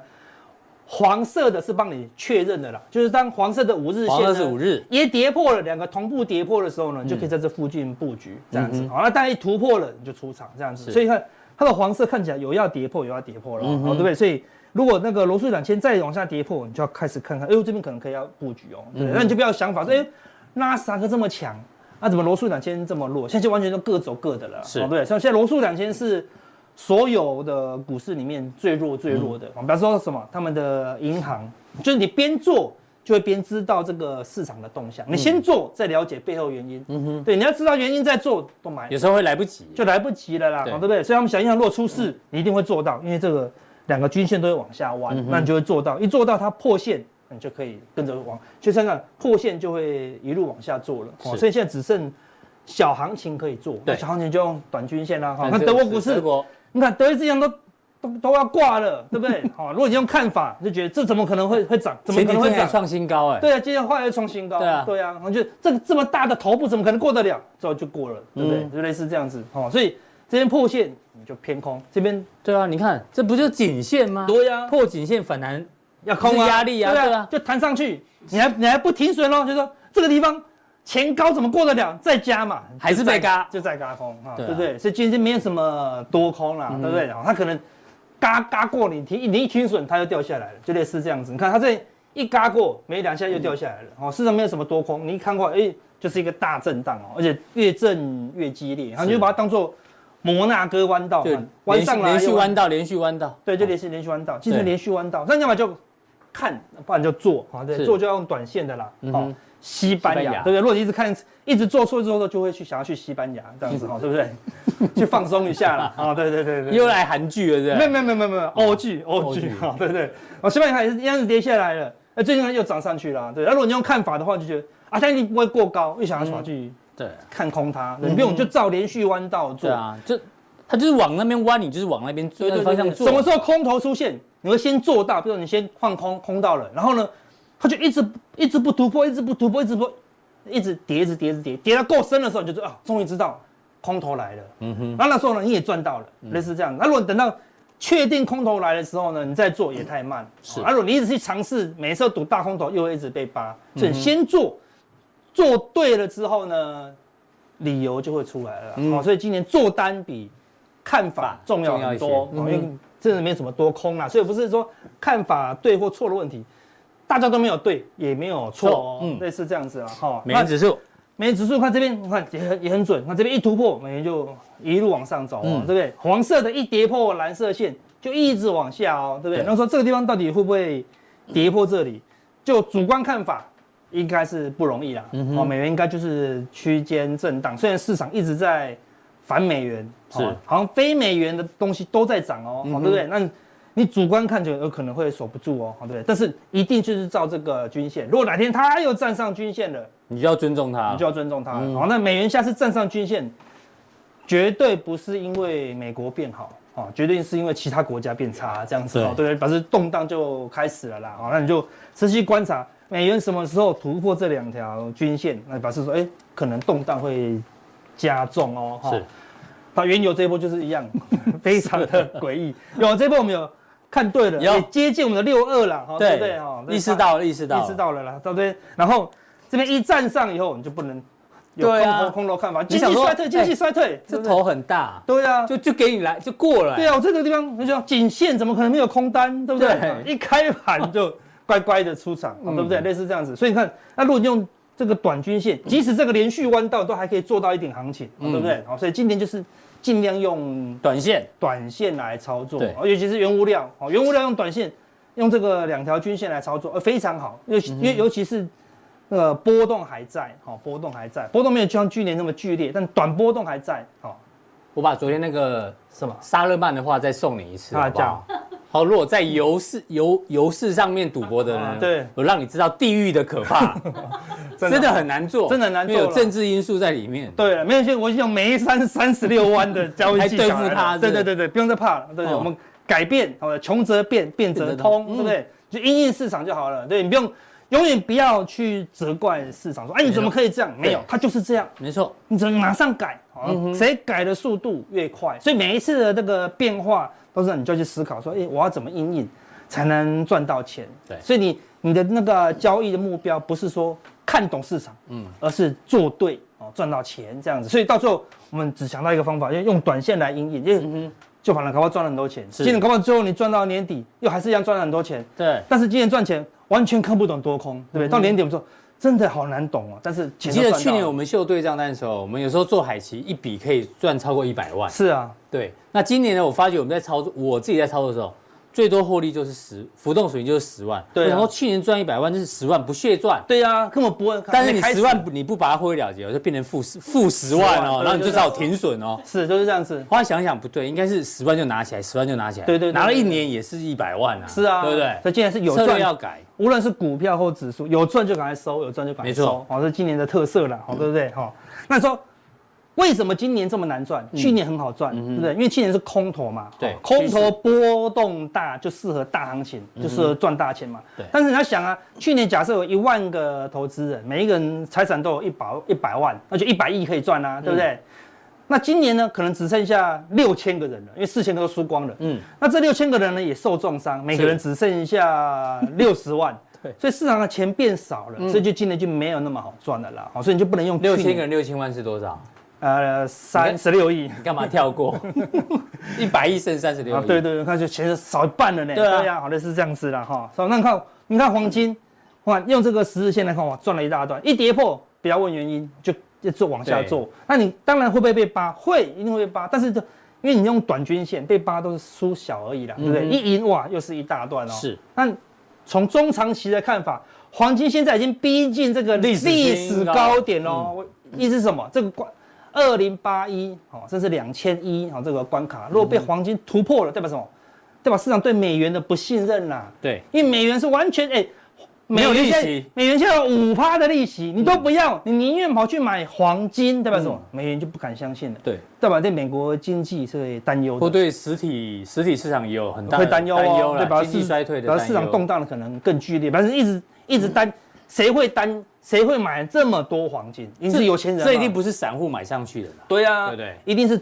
[SPEAKER 3] 黄色的是帮你确认的啦，就是当黄色的五日线
[SPEAKER 2] 黄
[SPEAKER 3] 呢
[SPEAKER 2] 色是五日
[SPEAKER 3] 也跌破了，两个同步跌破的时候呢，你就可以在这附近布局这样子。好，那当然一突破了你就出场这样子。
[SPEAKER 2] 是
[SPEAKER 3] 所以看它的黄色看起来有要跌破，有要跌破了，哦，对不对？所以如果那个罗素两千再往下跌破，你就要开始看看，哎呦这边可能可以要布局哦。对，那你就不要想法说，哎，纳斯达克这么强，那怎么罗素两千这么弱？现在就完全都各走各的了，
[SPEAKER 2] 是
[SPEAKER 3] 哦对不对。像现在罗素两千是。所有的股市里面最弱最弱的，哦比方说什么，他们的银行，就是你边做就会边知道这个市场的动向，你先做再了解背后原因，嗯哼，对，你要知道原因再做都买
[SPEAKER 2] 有时候会来不及。
[SPEAKER 3] 就来不及了啦，
[SPEAKER 2] 对嗯
[SPEAKER 3] 哦对不对？所以他们小银行如果出事，你一定会做到，因为这个两个均线都会往下弯，
[SPEAKER 2] 嗯
[SPEAKER 3] 那你就会做到，一做到它破线。你就可以跟着往，就像那破线就会一路往下做了，哦
[SPEAKER 2] 是
[SPEAKER 3] 所以现在只剩小行情可以做，
[SPEAKER 2] 对
[SPEAKER 3] 小行情就用短均线啦，哈，
[SPEAKER 2] 但
[SPEAKER 3] 那
[SPEAKER 2] 这
[SPEAKER 3] 德
[SPEAKER 2] 个
[SPEAKER 3] 国股市
[SPEAKER 2] 德国
[SPEAKER 3] 你看德意志银行都都都要挂了，对不 对？好、如果你用看法，你就觉得这怎么可能会会涨？怎么
[SPEAKER 2] 前
[SPEAKER 3] 可
[SPEAKER 2] 几
[SPEAKER 3] 能会
[SPEAKER 2] 天还
[SPEAKER 3] 涨？
[SPEAKER 2] 创新高哎，
[SPEAKER 3] 对啊，今天后来又创新高，
[SPEAKER 2] 对啊
[SPEAKER 3] 对啊，我觉得这个这么大的头部怎么可能过得了？之后就过了，对不对？
[SPEAKER 2] 嗯
[SPEAKER 3] 就类似这样子，哦，所以这边破线你就偏空，这边
[SPEAKER 2] 对啊，你看这不就颈线吗？
[SPEAKER 3] 对啊
[SPEAKER 2] 破颈线反弹
[SPEAKER 3] 要空
[SPEAKER 2] 就
[SPEAKER 3] 啊，
[SPEAKER 2] 是压力啊
[SPEAKER 3] 对
[SPEAKER 2] 对
[SPEAKER 3] 啊
[SPEAKER 2] 啊，
[SPEAKER 3] 就弹上去，你还你还不停损哦，就说这个地方前高怎么过得了？再加嘛，
[SPEAKER 2] 还是被嘎
[SPEAKER 3] 就再嘎空啊，
[SPEAKER 2] 对
[SPEAKER 3] 对
[SPEAKER 2] 啊嗯
[SPEAKER 3] 不对？所以今天没有什么多空啦，对不对？它可能嘎嘎过你停，你一停损它就掉下来了，就类似这样子。你看它这一嘎过，没两下又掉下来了。
[SPEAKER 2] 嗯
[SPEAKER 3] 哦，市场没有什么多空，你一看过来，哎，就是一个大震荡哦，而且越震越激烈，然后你就把它当做摩纳哥弯道
[SPEAKER 2] 就，
[SPEAKER 3] 弯
[SPEAKER 2] 连续
[SPEAKER 3] 上来啊
[SPEAKER 2] 连续
[SPEAKER 3] 又
[SPEAKER 2] 弯道，连续弯道，
[SPEAKER 3] 对，就连续连续弯道，进
[SPEAKER 2] 对
[SPEAKER 3] 成连续弯道。那要么就看，不然就做啊，对，
[SPEAKER 2] 是嗯
[SPEAKER 3] 做就要用短线的啦。好，西
[SPEAKER 2] 西
[SPEAKER 3] 班
[SPEAKER 2] 班
[SPEAKER 3] 牙
[SPEAKER 2] 牙
[SPEAKER 3] 对不对？如果你一直看，一直做错之后，就会去想要去西班牙这样子哈，对不对？ 去放松一 下啦。啊，对对对对。
[SPEAKER 2] 又来韩剧了，对不对
[SPEAKER 3] 没有？没有没有没有没有，欧剧欧
[SPEAKER 2] 欧
[SPEAKER 3] 剧
[SPEAKER 2] 剧
[SPEAKER 3] 哈，对对。哦，西班牙也是一样是跌下来了，那最近它又涨上去了。对，那如果你用看法的话，就觉得啊，它一定不会过高，又
[SPEAKER 2] 嗯
[SPEAKER 3] 想要耍去
[SPEAKER 2] 对
[SPEAKER 3] 看空它，对你不用就照连续弯道
[SPEAKER 2] 嗯对。
[SPEAKER 3] 做
[SPEAKER 2] 啊，就他就是往那边弯，你就是往那边那个方向做。
[SPEAKER 3] 什么时候空头出现，你会先做到，比如你先放空，空到了，然后呢，它就一直一直不突破，一直不突破，一直不，一直跌，一直跌，一直跌，跌到够深的时候，你就说啊，终于知道空头来了。嗯哼，然后那时候呢，你也赚到了，
[SPEAKER 2] 嗯
[SPEAKER 3] 类似这样。那如果你等到确定空头来的时候呢，你再做也太慢。
[SPEAKER 2] 是
[SPEAKER 3] 啊，如果你一直去尝试，每次都赌大空头，又会一直被扒，
[SPEAKER 2] 嗯
[SPEAKER 3] 所以你先做，做对了之后呢，理由就会出来了啦。
[SPEAKER 2] 嗯
[SPEAKER 3] 好、所以今年做单比看法重要很多，
[SPEAKER 2] 重要
[SPEAKER 3] 哦
[SPEAKER 2] 一
[SPEAKER 3] 因
[SPEAKER 2] 些
[SPEAKER 3] 为真的没什么多空啊啦，所以不是说看法对或错的问题，大家都没有对，也没有错哦
[SPEAKER 2] 错，嗯
[SPEAKER 3] 类似这样子啦，哈、
[SPEAKER 2] 美元指数
[SPEAKER 3] 美元指数看这边，你看也很也很准，看这边一突破，美元就一路往上走、哦，
[SPEAKER 2] 嗯
[SPEAKER 3] 对不对？黄色的一跌破蓝色线，就一直往下哦，对不对？
[SPEAKER 2] 对
[SPEAKER 3] 那说这个地方到底会不会跌破这里？就主观看法，应该是不容易啦。
[SPEAKER 2] 嗯
[SPEAKER 3] 哦，美元应该就是区间震荡，虽然市场一直在反美元，
[SPEAKER 2] 是嗯
[SPEAKER 3] 哦好像非美元的东西都在涨哦，好对不对？那你你主观看就有可能会守不住哦，好对不对？但是一定就是照这个均线，如果哪天它又站上均线了。
[SPEAKER 2] 你就要尊重它
[SPEAKER 3] 你就，要尊重它了。
[SPEAKER 2] 嗯
[SPEAKER 3] 好，那美元下次站上均线，绝对不是因为美国变好啊，绝对是因为其他国家变差这样子
[SPEAKER 2] 对
[SPEAKER 3] 哦，对不对？表示动荡就开始了啦。好，哦那你就持续观察美元什么时候突破这两条均线，那表示说，哎，可能动荡会加重哦。哈
[SPEAKER 2] 是
[SPEAKER 3] 那原油这一波就是一 样，非常的诡异。有这一波我们有看对了，
[SPEAKER 2] 有
[SPEAKER 3] 也接近我们的六二了，哈，对哦不对？哈，
[SPEAKER 2] 意识到了，意识到了，
[SPEAKER 3] 意识到了啦，对不对？然后这边一站上以后，你就不能有空
[SPEAKER 2] 对
[SPEAKER 3] 头、
[SPEAKER 2] 啊
[SPEAKER 3] 空头看法，
[SPEAKER 2] 你
[SPEAKER 3] 经
[SPEAKER 2] 想
[SPEAKER 3] 济
[SPEAKER 2] 说
[SPEAKER 3] 衰退，经济
[SPEAKER 2] 哎
[SPEAKER 3] 衰退，
[SPEAKER 2] 这
[SPEAKER 3] 对不对
[SPEAKER 2] 头很大，
[SPEAKER 3] 对啊，
[SPEAKER 2] 就就给你来就过了。哎
[SPEAKER 3] 对啊，我这个地方那就颈线怎么可能没有空单，对不对？
[SPEAKER 2] 对嗯
[SPEAKER 3] 一开盘 就乖乖的出场，哦对不对？类似这样子，所以你看，那如果你用这个短均线，即使这个连续弯道都还可以做到一点行情，哦对
[SPEAKER 2] 嗯
[SPEAKER 3] 不对？好，所以今年就是尽量用
[SPEAKER 2] 短线
[SPEAKER 3] 短线来操作，
[SPEAKER 2] 对
[SPEAKER 3] 哦尤其是原物料，哦，原物料用短线，用这个两条均线来操作，呃，非常好，尤其
[SPEAKER 2] 嗯
[SPEAKER 3] 因为尤其是那个波动还在，好，波动还在，波动没有像去年那么剧烈，但短波动还在，
[SPEAKER 2] 哦
[SPEAKER 3] 哦好，
[SPEAKER 2] 我把昨天那个
[SPEAKER 3] 是吗？
[SPEAKER 2] 沙勒曼的话再送你一次，
[SPEAKER 3] 啊
[SPEAKER 2] 好不好？好，如果在游市游游市上面赌博的
[SPEAKER 3] 啊
[SPEAKER 2] 人，
[SPEAKER 3] 对
[SPEAKER 2] 我让你知道地狱的可怕，真的很难做，
[SPEAKER 3] 真的很难做
[SPEAKER 2] 因为有
[SPEAKER 3] 了
[SPEAKER 2] 政治因素在里面。
[SPEAKER 3] 对了，没有去，我已经用每一三 三十六弯的交易技巧来了
[SPEAKER 2] 还对付它是不
[SPEAKER 3] 对
[SPEAKER 2] 是
[SPEAKER 3] 对对对，不用再怕了。对，对
[SPEAKER 2] 哦
[SPEAKER 3] 我们改变，好的，穷则变，变则通，
[SPEAKER 2] 变则通嗯
[SPEAKER 3] 对不对？就因应市场就好了。对你不用，永远不要去责怪市场，说哎你怎么可以这样？没有
[SPEAKER 2] 对，
[SPEAKER 3] 它就是这样，
[SPEAKER 2] 没错，
[SPEAKER 3] 你怎么马上改？好
[SPEAKER 2] 嗯
[SPEAKER 3] 谁改的速度越快，所以每一次的这个变化都是你就要去思考说，哎，我要怎么应应？才能赚到钱。
[SPEAKER 2] 对
[SPEAKER 3] 所以你你的那个交易的目标不是说看懂市场，嗯，而是做对哦，赚到钱这样子。所以到最后我们只想到一个方法，就是用短线来赢赢，因为就反而搞不好赚了很多钱。
[SPEAKER 2] 嗯是
[SPEAKER 3] 今年搞不好最后你赚到年底又还是一样赚了很多钱，
[SPEAKER 2] 对，
[SPEAKER 3] 但是今年赚钱完全看不懂多空，对不对？到年底我们说真的好难懂哦，但是
[SPEAKER 2] 嗯你
[SPEAKER 3] 钱都
[SPEAKER 2] 记得
[SPEAKER 3] 赚
[SPEAKER 2] 去
[SPEAKER 3] 到
[SPEAKER 2] 年
[SPEAKER 3] 了
[SPEAKER 2] 我们秀对账单的时候，我们有时候做海奇一笔可以赚超过一百万。
[SPEAKER 3] 是啊，
[SPEAKER 2] 对，那今年呢，我发觉我们在操作，我自己在操作的时候，最多获利就是十，浮动水平就是十万。
[SPEAKER 3] 对啊
[SPEAKER 2] 然后去年赚一百万就是十万，不屑赚。
[SPEAKER 3] 对啊，根本不会看。
[SPEAKER 2] 但是你
[SPEAKER 3] 还没开
[SPEAKER 2] 十
[SPEAKER 3] 始
[SPEAKER 2] 万不你不把它挥了结，哦就变成负十负十万
[SPEAKER 3] 10
[SPEAKER 2] 哦，
[SPEAKER 3] 万
[SPEAKER 2] 然后你
[SPEAKER 3] 对
[SPEAKER 2] 就只好停损哦。
[SPEAKER 3] 是就是这样子，
[SPEAKER 2] 后来想想不对，应该是十万就拿起来，十万就拿起来。
[SPEAKER 3] 对对对
[SPEAKER 2] 拿了一年也是一百万啊。
[SPEAKER 3] 是啊，
[SPEAKER 2] 对不对？
[SPEAKER 3] 所以今年是有
[SPEAKER 2] 策略
[SPEAKER 3] 赚
[SPEAKER 2] 要改。
[SPEAKER 3] 无论是股票或指数，有赚就赶快收，有赚就赶快
[SPEAKER 2] 没
[SPEAKER 3] 收
[SPEAKER 2] 错，嗯
[SPEAKER 3] 好、这是今年的特色啦，好、对不对？好、那你说为什么今年这么难赚？去年很好赚，对不对？因为去年是空头嘛，
[SPEAKER 2] 嗯对
[SPEAKER 3] 哦空
[SPEAKER 2] 趋
[SPEAKER 3] 头
[SPEAKER 2] 势
[SPEAKER 3] 波动大，就适合大行情，就适合赚大钱嘛。
[SPEAKER 2] 嗯对
[SPEAKER 3] 但是你要想啊，去年假设有一万个投资人，每一个人财产都有一百一百万，那就一百亿可以赚啊，对不对？那今年呢，可能只剩下六千个人了，因为四千个都输光了。
[SPEAKER 2] 嗯，
[SPEAKER 3] 那这六千个人呢也受重伤，每个人只 剩下六十万，
[SPEAKER 2] 对嗯
[SPEAKER 3] 所以市场的钱变少了，所以就今年就没有那么好赚了啦，好，哦所以你就不能用
[SPEAKER 2] 六
[SPEAKER 3] 去
[SPEAKER 2] 千
[SPEAKER 3] 年
[SPEAKER 2] 个人六千万是多少？
[SPEAKER 3] 呃三
[SPEAKER 2] 你看
[SPEAKER 3] 十六亿。
[SPEAKER 2] 你干嘛跳过？ 一百亿剩三十六
[SPEAKER 3] 啊，
[SPEAKER 2] 亿。
[SPEAKER 3] 对对对，看就钱就少一半了呢。
[SPEAKER 2] 对啊
[SPEAKER 3] 呀、好类是这样子啦哈。所以那你看，你看黄金，哇，用这个十日线来看，哇，赚了一大段，一跌破不要问原因，就就做往下做。那你当然会不会被扒？会，一定会被扒。但是就因为你用短均线被扒都是缩小而已啦，对不对？
[SPEAKER 2] 嗯
[SPEAKER 3] 一赢哇，又是一大段哦。
[SPEAKER 2] 是。
[SPEAKER 3] 那从中长期的看法，黄金现在已经逼近这个
[SPEAKER 2] 历史
[SPEAKER 3] 历
[SPEAKER 2] 新
[SPEAKER 3] 史
[SPEAKER 2] 高
[SPEAKER 3] 高点喽。我意思是什么？这个关二零八一哦，甚至两千一哦，这个关卡如果被黄金突破了，代表什么？代表市场对美元的不信任啦、
[SPEAKER 2] 对
[SPEAKER 3] 因为美元是完全哎、
[SPEAKER 2] 没有
[SPEAKER 3] 美元
[SPEAKER 2] 利
[SPEAKER 3] 现在
[SPEAKER 2] 息嗯
[SPEAKER 3] 美元现在有五趴的利息，你都不要，你宁愿跑去买黄金，代表什么？美元就不敢相信了，
[SPEAKER 2] 对，
[SPEAKER 3] 代表对美国经济是会担忧的
[SPEAKER 2] 或。对实体实体市场也有很大
[SPEAKER 3] 会
[SPEAKER 2] 的
[SPEAKER 3] 担忧哦，
[SPEAKER 2] 啦
[SPEAKER 3] 对吧？
[SPEAKER 2] 经济衰退的担
[SPEAKER 3] 然后
[SPEAKER 2] 忧。
[SPEAKER 3] 市场动荡的可能更剧烈，反正一直一直担，谁会担？谁会买这么多黄金？一定是有钱人嘛，
[SPEAKER 2] 这一定不是散户买上去的啦。
[SPEAKER 3] 对啊，
[SPEAKER 2] 对不对
[SPEAKER 3] 一定是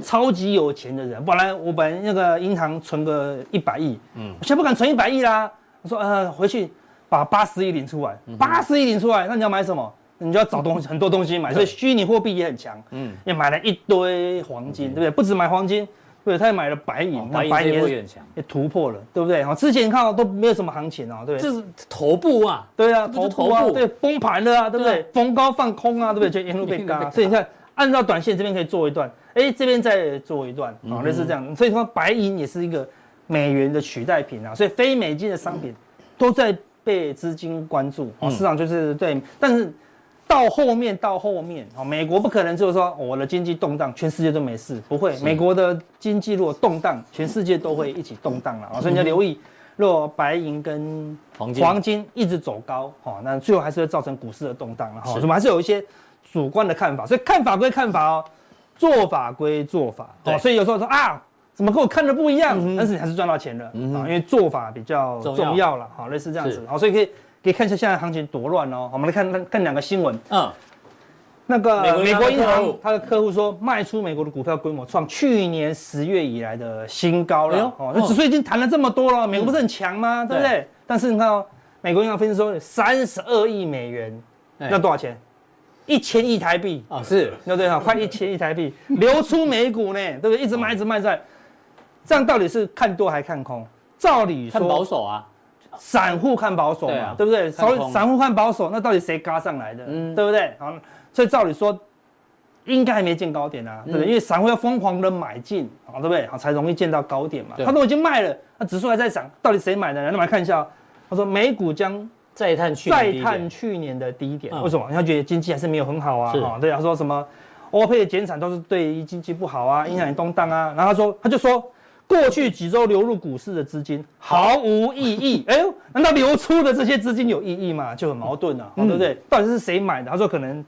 [SPEAKER 3] 超级有钱的人，不然我本来那个银行存个一百亿，嗯，我现在不敢存一百亿啦。我说呃，回去把八十亿领出来，
[SPEAKER 2] 嗯
[SPEAKER 3] 八十亿领出来，那你要买什么？你就要找东西很多东西买，所以虚拟货币也很强，嗯，也买了一堆黄金，对不对？不止买黄金，对，他也买了白银，那
[SPEAKER 2] 嗯哦白银这一
[SPEAKER 3] 也
[SPEAKER 2] 波
[SPEAKER 3] 是
[SPEAKER 2] 也很强，
[SPEAKER 3] 也突破了，对不对？好，之前看到都没有什么行情哦，对不对？
[SPEAKER 2] 这是头部啊，
[SPEAKER 3] 对啊，
[SPEAKER 2] 这不
[SPEAKER 3] 头
[SPEAKER 2] 是
[SPEAKER 3] 部啊
[SPEAKER 2] 头，部
[SPEAKER 3] 对，崩盘了啊，对不
[SPEAKER 2] 对？
[SPEAKER 3] 对逢高放空啊，对不对？就沿路被
[SPEAKER 2] 一路被
[SPEAKER 3] 嘎。
[SPEAKER 2] 嘎
[SPEAKER 3] 所以你看，按照短线这边可以做一段，哎，这边再做一段，啊，类似这样。所以说，白银也是一个美元的取代品啊，所以非美金的商品都在被资金关注，啊，市场就是对，但是。到后面，到后面，哦，美国不可能就是说哦我的经济动荡，全世界都没事，不会。美国的经济如果动荡，全世界都会一起动荡了啊，所以你要留意，若白银跟
[SPEAKER 2] 黄金
[SPEAKER 3] 黄金一直走高，哈、那最后还是会造成股市的动荡了，哈、
[SPEAKER 2] 是
[SPEAKER 3] 我们还是有一些主观的看法，所以看法归看法哦，做法归做法，哦，
[SPEAKER 2] 对嗯
[SPEAKER 3] 所以有时候说啊，怎么跟我看的不一样，但是你还是赚到钱了、啊，因为做法比较
[SPEAKER 2] 重要
[SPEAKER 3] 重要了，好、类似这样子
[SPEAKER 2] 是，
[SPEAKER 3] 好、所以可以可以看一下现在行情多乱哦，我们来看看看两个新闻，
[SPEAKER 2] 嗯，
[SPEAKER 3] 那个美
[SPEAKER 2] 美
[SPEAKER 3] 国
[SPEAKER 2] 国
[SPEAKER 3] 银
[SPEAKER 2] 银行的客
[SPEAKER 3] 行
[SPEAKER 2] 户
[SPEAKER 3] 它的客户说卖出美国的股票规模创去年十月以来的新高
[SPEAKER 2] 哎
[SPEAKER 3] 了
[SPEAKER 2] 呦
[SPEAKER 3] 哦，那指数已经谈了这么多了，美国不是很强吗？对不对？但是你看哦，美国银行分析说三十二亿美元，
[SPEAKER 2] 哎
[SPEAKER 3] 那多少钱？一千亿台币，
[SPEAKER 2] 啊是
[SPEAKER 3] 对不对？哈，快一千亿台币流出美股呢，对不对？一直
[SPEAKER 2] 哦
[SPEAKER 3] 卖，一直卖，在这样到底是看多还看空？照理
[SPEAKER 2] 看保
[SPEAKER 3] 说，
[SPEAKER 2] 守啊，
[SPEAKER 3] 散户看保守
[SPEAKER 2] 对
[SPEAKER 3] 嘛
[SPEAKER 2] 啊，
[SPEAKER 3] 对不对？
[SPEAKER 2] 看
[SPEAKER 3] 所
[SPEAKER 2] 空
[SPEAKER 3] 以散户看保守，那到底谁嘎上来的？
[SPEAKER 2] 嗯
[SPEAKER 3] 对不对？好，所以照理说，应该还没见高点啊，
[SPEAKER 2] 嗯
[SPEAKER 3] 对不对？因为散户要疯狂的买进，好，对不对？好，才容易见到高点嘛。
[SPEAKER 2] 对
[SPEAKER 3] 他都已经卖了，那指数还在涨，到底谁买的呢？那我们来看一下、哦，他说美股将
[SPEAKER 2] 再探去年
[SPEAKER 3] 再
[SPEAKER 2] 低点
[SPEAKER 3] 探去年的低点，
[SPEAKER 2] 嗯
[SPEAKER 3] 为什么？因为他觉得经济还是没有很好啊，
[SPEAKER 2] 是
[SPEAKER 3] 哦对啊，他说什么欧佩的减产都是对于经济不好
[SPEAKER 2] 嗯
[SPEAKER 3] 啊，影响动荡啊。然后他说，他就说，过去几周流入股市的资金毫无 意义。哎呦，难道流出的这些资金有意义吗？就很矛盾
[SPEAKER 2] 嗯
[SPEAKER 3] 啊，哦对不对？到底是谁买的？他说可能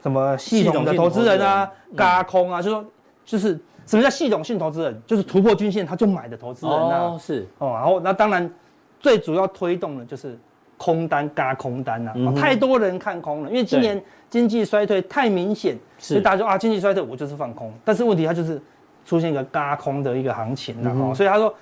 [SPEAKER 3] 什么系统的投资人啊、
[SPEAKER 2] 嗯
[SPEAKER 3] 嘎空啊，就说就是什么叫系统性投资人？就是突破均线他就买的投资人啊。
[SPEAKER 2] 哦是
[SPEAKER 3] 哦，然后那当然最主要推动的就是空单嘎空单呐、啊哦太多人看空了，因为今年经济衰退太明显，
[SPEAKER 2] 是
[SPEAKER 3] 所以大家就啊经济衰啊退我就是放空，但是问题它就是出现一个嘎空的一个行情了、哦，所以他说。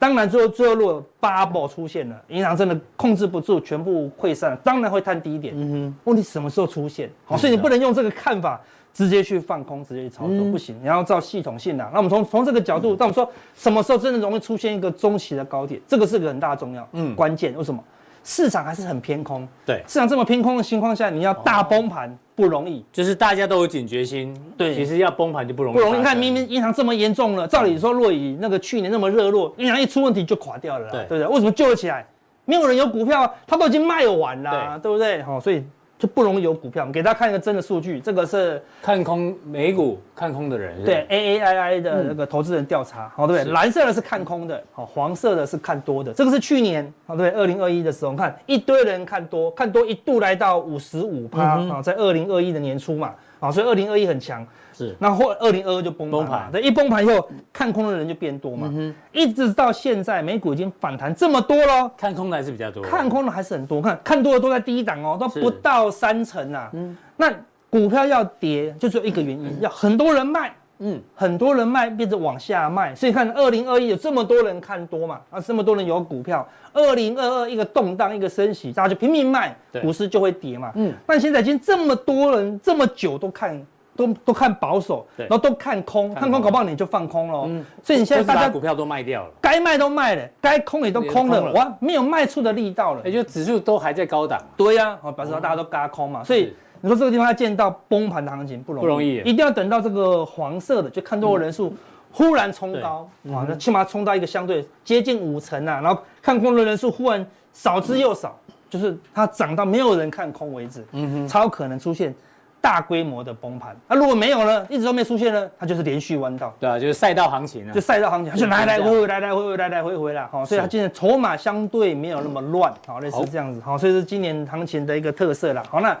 [SPEAKER 3] 当然，最后最后如果 bubble 出现了，银行真的控制不住，全部溃散，当然会探低点。嗯哼，问题什么时候出现？好，所以你不能用这个看法直接去放空，直接去操作、不行，你要照系统性的、那我们从从这个角度，那我们说什么时候真的容易出现一个中期的高点？这个是个很大的重要嗯关键。为什么？市场还是很偏空，
[SPEAKER 2] 对
[SPEAKER 3] 市场这么偏空的情况下，你要大崩盘不容易。
[SPEAKER 2] 就是大家都有警觉心，
[SPEAKER 3] 对
[SPEAKER 2] 其实要崩盘就不容易
[SPEAKER 3] 不
[SPEAKER 2] 发生，
[SPEAKER 3] 容易。你看，明明银行这么严重了，照理说，若以那个去年那么热络，银行一出问题就垮掉了啦，
[SPEAKER 2] 对
[SPEAKER 3] 对不对？为什么救得起来？没有人有股票啊，他都已经卖完啦，对不对？好、所以就不容易有股票。我们给大家看一个真的数据，这个是
[SPEAKER 2] 看空美股看空的人是不是嗯
[SPEAKER 3] 对 A A I I 的那个投资人调查，好、对不对？蓝色的是看空的，好、黄色的是看多的，这个是去年，好、对不对？二零二一的时候，看一堆人看多，看多一度来到五十五趴，
[SPEAKER 2] 嗯
[SPEAKER 3] 啊、在二零二一的年初嘛，啊、所以二零二一很强，
[SPEAKER 2] 是
[SPEAKER 3] 那后二零二二就崩
[SPEAKER 2] 崩
[SPEAKER 3] 盘
[SPEAKER 2] 盘嗯
[SPEAKER 3] 嘛，对，一崩盘以后看空的人就变多嘛，一直到现在美股已经反弹这么多了，
[SPEAKER 2] 看空的还是比较多，
[SPEAKER 3] 看空的还是很多，看看多的都在第一档哦，都
[SPEAKER 2] 是嗯
[SPEAKER 3] 不到三成啊，那股票要跌就只有一个原因，要很多人卖。
[SPEAKER 2] 嗯
[SPEAKER 3] 很多人卖，变成往下卖，所以看二零二一有这么多人看多嘛，啊，这么多人有股票，二零二二一个动荡，一个升息，大家就拼命卖
[SPEAKER 2] 对，
[SPEAKER 3] 股市就会跌嘛。
[SPEAKER 2] 嗯
[SPEAKER 3] 嗯，那现在已经这么多人这么久都看。都都看保守，
[SPEAKER 2] 对
[SPEAKER 3] 然后都看空，
[SPEAKER 2] 看
[SPEAKER 3] 看空
[SPEAKER 2] 空
[SPEAKER 3] 搞不好你就放空喽。
[SPEAKER 2] 嗯
[SPEAKER 3] 所以你现
[SPEAKER 2] 或
[SPEAKER 3] 在
[SPEAKER 2] 是
[SPEAKER 3] 大
[SPEAKER 2] 把
[SPEAKER 3] 家
[SPEAKER 2] 股票都卖掉了，
[SPEAKER 3] 该卖都卖了，该空也都
[SPEAKER 2] 也都
[SPEAKER 3] 空
[SPEAKER 2] 空
[SPEAKER 3] 了，
[SPEAKER 2] 了
[SPEAKER 3] 哇，没有卖出的力道了。
[SPEAKER 2] 哎也就指数都还在高档，
[SPEAKER 3] 对呀、好、表示大家都嘎空嘛，所以
[SPEAKER 2] 是
[SPEAKER 3] 你说这个地方要见到崩盘的行情不容易，嗯
[SPEAKER 2] 不容易耶
[SPEAKER 3] 一定要等到这个黄色的就看多的人数忽然冲高，啊，那起码冲到一个相对接近五成啊，然后看空的人数忽然少之又少，就是它涨到没有人看空为止，嗯哼，超可能出现大规模的崩盘。那、如果没有呢，一直都没出现呢，它就是连续弯道。
[SPEAKER 2] 对啊，就是赛道行情啊
[SPEAKER 3] 就，赛道行情，它就来来回回，来来回回，来来回回啦。好，所以它今年筹码相对没有那么乱，好，类似
[SPEAKER 2] 好
[SPEAKER 3] 这样子，好，所以是今年行情的一个特色啦。好，那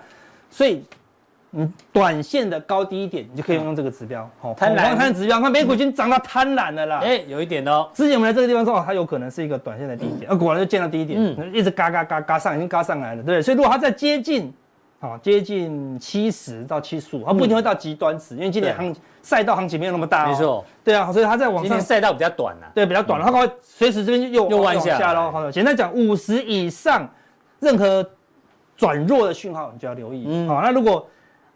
[SPEAKER 3] 所以你短线的高低点，你就可以用这个指标，好，
[SPEAKER 2] 贪婪
[SPEAKER 3] 恐慌看指标，看美股已经涨到贪婪了啦。
[SPEAKER 2] 哎，有一点哦，
[SPEAKER 3] 之前我们来这个地方说，哦，它有可能是一个短线的低点，啊，果然就见到低点，
[SPEAKER 2] 嗯
[SPEAKER 3] 一直嘎嘎嘎嘎上，已经嘎上来了，对不对？所以如果它再接近，好、接近七十到七十五，它不一定会到极端值，因为今年
[SPEAKER 2] 对
[SPEAKER 3] 行赛道行情没有那么大、哦，
[SPEAKER 2] 没错，
[SPEAKER 3] 对啊，所以它在往
[SPEAKER 2] 今
[SPEAKER 3] 上
[SPEAKER 2] 天赛道比较短啊呐，
[SPEAKER 3] 对，比较短，它会随时这边又
[SPEAKER 2] 嗯又弯
[SPEAKER 3] 往
[SPEAKER 2] 下来
[SPEAKER 3] 喽。好的，简单讲，五十以上任何转弱的讯号你就要留意。
[SPEAKER 2] 嗯
[SPEAKER 3] 好，那如果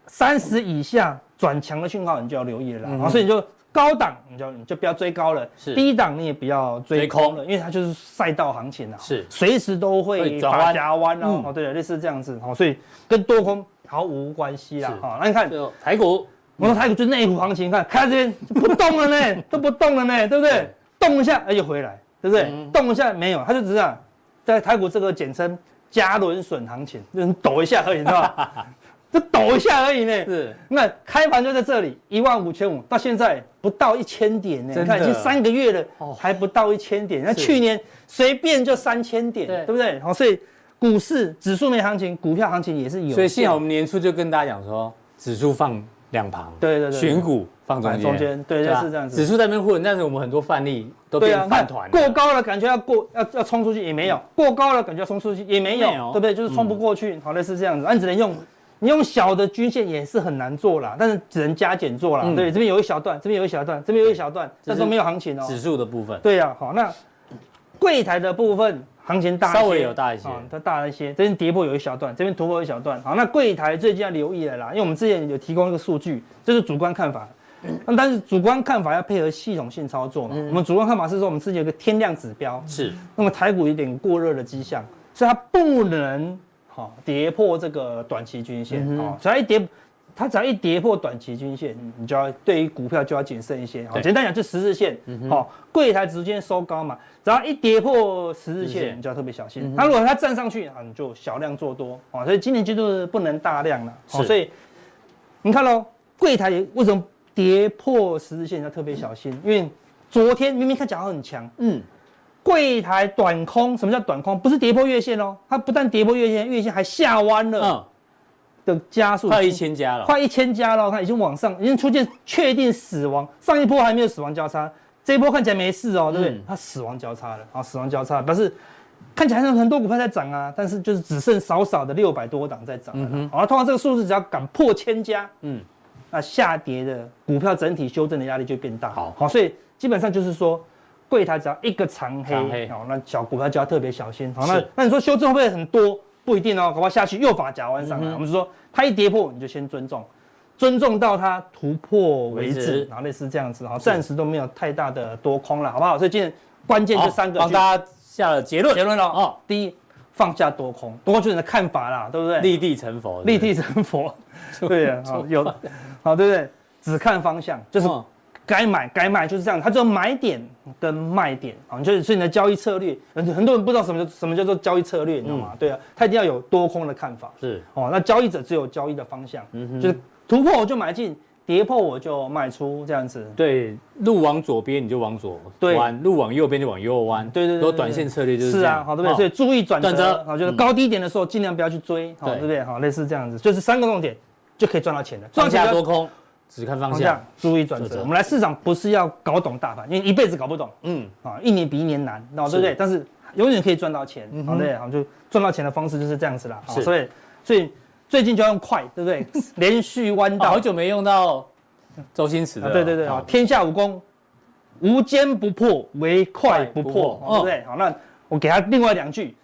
[SPEAKER 3] 三十以下转强的讯号你就要留意了啦。好，所以你就高档你就你就不要追高了，
[SPEAKER 2] 嗯是
[SPEAKER 3] 低档你也不要追
[SPEAKER 2] 追空
[SPEAKER 3] 空了，因为它就是赛道行情啊，
[SPEAKER 2] 是
[SPEAKER 3] 随时都
[SPEAKER 2] 会
[SPEAKER 3] 会
[SPEAKER 2] 转
[SPEAKER 3] 发
[SPEAKER 2] 弯
[SPEAKER 3] 夹弯哦
[SPEAKER 2] 嗯。
[SPEAKER 3] 哦，对了，类似这样子。好，所以跟多空毫无关系啦
[SPEAKER 2] 是。
[SPEAKER 3] 好，那你看。
[SPEAKER 2] 就台股
[SPEAKER 3] 我说台股就是内股行情，看开这边就不动 了呢，都不动了呢，对不对？动一下哎又回来，对不对？
[SPEAKER 2] 嗯
[SPEAKER 3] 动一下没有，它就只是啊，在台股这个简称加轮损行情，就是你抖一下而已，你知 道吧？就抖一下而已呢。
[SPEAKER 2] 是
[SPEAKER 3] 那开盘就在这里一万五千五，到现在不到一千点呢，
[SPEAKER 2] 真
[SPEAKER 3] 你
[SPEAKER 2] 的
[SPEAKER 3] 看已经三个月了，
[SPEAKER 2] 哦
[SPEAKER 3] 还不到一千点。那
[SPEAKER 2] 是
[SPEAKER 3] 去年随便就三千点，
[SPEAKER 2] 对
[SPEAKER 3] 对不对？好，哦所以股市指数没行情，股票行情也是有限。
[SPEAKER 2] 所以幸好我们年初就跟大家讲说，指数放两旁，
[SPEAKER 3] 对对对
[SPEAKER 2] 选股放中间，
[SPEAKER 3] 放中间对
[SPEAKER 2] 吧
[SPEAKER 3] 就是这样子
[SPEAKER 2] 指数在那边混，但是我们很多范例都
[SPEAKER 3] 对
[SPEAKER 2] 变
[SPEAKER 3] 啊，
[SPEAKER 2] 饭团了，嗯
[SPEAKER 3] 过高了，感觉要过要要冲出去也没有，过高了感觉要冲出去也没有，
[SPEAKER 2] 没有嗯
[SPEAKER 3] 对不对？就是冲不过去，好类似这样子，那你只能用你用小的均线也是很难做啦，但是只能加减做啦。
[SPEAKER 2] 嗯
[SPEAKER 3] 对，这边有一小段，这边有一小段，这边有一小段，
[SPEAKER 2] 这
[SPEAKER 3] 但
[SPEAKER 2] 是
[SPEAKER 3] 是都没有行情哦。
[SPEAKER 2] 指数的部分，
[SPEAKER 3] 对呀、好，那柜台的部分行情大一些
[SPEAKER 2] 稍微有大一些
[SPEAKER 3] 啊它大了一些。这边跌破有一小段，这边突破有一小段。好，那柜台最近要留意了啦，因为我们之前有提供一个数据，这是主观 看法。那但是主观看法要配合系统性操作嘛。
[SPEAKER 2] 嗯
[SPEAKER 3] 我们主观看法是说，我们之前有个天量指标，
[SPEAKER 2] 是
[SPEAKER 3] 那么台股有点过热的迹象，所以它不能好、跌破这个短期均线
[SPEAKER 2] 嗯哼
[SPEAKER 3] 哦，只要一跌，它只要一跌破短期均线，你就要对于股票就要谨慎一些。好、
[SPEAKER 2] 对嗯
[SPEAKER 3] 简单讲就十日线，好、柜台直接收高嘛，只要一跌破十
[SPEAKER 2] 十
[SPEAKER 3] 日
[SPEAKER 2] 日线
[SPEAKER 3] 线，你就要特别小
[SPEAKER 2] 嗯
[SPEAKER 3] 心。那、如果它站上去啊，你就小量做多哦，所以今年就是不能大量了。哦，
[SPEAKER 2] 是
[SPEAKER 3] 所以你看喽，柜台也为什么跌破十日线要特别小心？因为昨天明明看起来好像很强，
[SPEAKER 2] 嗯，
[SPEAKER 3] 柜台短空，什么叫短空？不是跌破月线哦，它不但跌破月线，月线还下弯了
[SPEAKER 2] 嗯，
[SPEAKER 3] 的加速，
[SPEAKER 2] 快一千家了，
[SPEAKER 3] 快一千家了，它已经往上，已经出现确定死亡，上一波还没有死亡交叉，这一波看起来没事哦，对不对？
[SPEAKER 2] 嗯
[SPEAKER 3] 它死亡交叉了，啊，死亡交叉表示看起来还有很多股票在涨啊，但是就是只剩少少的六百多档在涨了啦。好、通常这个数字只要敢破千家，
[SPEAKER 2] 嗯
[SPEAKER 3] 嗯，那下跌的股票整体修正的压力就变大。哦
[SPEAKER 2] 好
[SPEAKER 3] 好，所以基本上就是说。柜台只要一个长黑，
[SPEAKER 2] 长黑
[SPEAKER 3] 哦，那小股票就要特别小心。好，那
[SPEAKER 2] 是
[SPEAKER 3] 那你说修正会不会很多？不一定哦，搞不好下去又把甲弯上
[SPEAKER 2] 嗯
[SPEAKER 3] 来。
[SPEAKER 2] 哼
[SPEAKER 3] 我们是说它一跌破你就先尊重，尊重到它突破为
[SPEAKER 2] 为
[SPEAKER 3] 止
[SPEAKER 2] 止，
[SPEAKER 3] 然后类似这样子哈，暂时都没有太大的多空了，好不好？所以今天关键
[SPEAKER 2] 好
[SPEAKER 3] 就三个
[SPEAKER 2] 哦帮
[SPEAKER 3] 去
[SPEAKER 2] 大家下了结论，
[SPEAKER 3] 结论了哦
[SPEAKER 2] 哦。
[SPEAKER 3] 第一，放下多空，多空就是你的看法啦，对不对？
[SPEAKER 2] 立地成佛，
[SPEAKER 3] 立地
[SPEAKER 2] 对
[SPEAKER 3] 成佛，
[SPEAKER 2] 不
[SPEAKER 3] 对啊，好有，好对不对？只看方向，就是
[SPEAKER 2] 嗯
[SPEAKER 3] 该买该卖就是这样，它只有买点跟卖点啊，你就是所以你的交易策略，很很多人不知道什么叫什么叫做交易策略，你知道吗？
[SPEAKER 2] 嗯
[SPEAKER 3] 对啊，他一定要有多空的看法
[SPEAKER 2] 是
[SPEAKER 3] 哦。那交易者只有交易的方向，
[SPEAKER 2] 嗯哼
[SPEAKER 3] 就是突破我就买进，跌破我就卖出这样子。
[SPEAKER 2] 对，路往左边你就往左
[SPEAKER 3] 对
[SPEAKER 2] 弯，路往右边就往右弯，
[SPEAKER 3] 对对对
[SPEAKER 2] 都
[SPEAKER 3] 对
[SPEAKER 2] 短线策略就是
[SPEAKER 3] 是
[SPEAKER 2] 这
[SPEAKER 3] 啊，
[SPEAKER 2] 样
[SPEAKER 3] 好对不对？
[SPEAKER 2] 哦
[SPEAKER 3] 所以注意转折，哦
[SPEAKER 2] 转折嗯
[SPEAKER 3] 好，就是高低点的时候尽量不要去追，好
[SPEAKER 2] 对
[SPEAKER 3] 对不对？好，类似这样子，就是三个重点就可以赚到钱的，赚
[SPEAKER 2] 放
[SPEAKER 3] 钱
[SPEAKER 2] 下
[SPEAKER 3] 就
[SPEAKER 2] 多空，只看方
[SPEAKER 3] 方
[SPEAKER 2] 向
[SPEAKER 3] 向，注意转
[SPEAKER 2] 转
[SPEAKER 3] 折。
[SPEAKER 2] 折
[SPEAKER 3] 我们来市场不是要搞懂大盘，因为一辈子搞不懂
[SPEAKER 2] 嗯，
[SPEAKER 3] 啊，一年比一年难，那
[SPEAKER 2] 是
[SPEAKER 3] 对不对？但是永远可以赚到钱，
[SPEAKER 2] 嗯
[SPEAKER 3] 好
[SPEAKER 2] 哼
[SPEAKER 3] 对不对，好就赚到钱的方式就是这样子啦。好，
[SPEAKER 2] 是
[SPEAKER 3] 所以所以最近就要用快，对不对？连续弯
[SPEAKER 2] 哦
[SPEAKER 3] 道
[SPEAKER 2] 好，久没用到周星驰
[SPEAKER 3] 啊
[SPEAKER 2] 的，
[SPEAKER 3] 对对对，
[SPEAKER 2] 哦
[SPEAKER 3] 好，天下武功，无坚不破，唯快不
[SPEAKER 2] 快不
[SPEAKER 3] 破，哦
[SPEAKER 2] 破嗯
[SPEAKER 3] 好对不对？好，那我给他另外两句。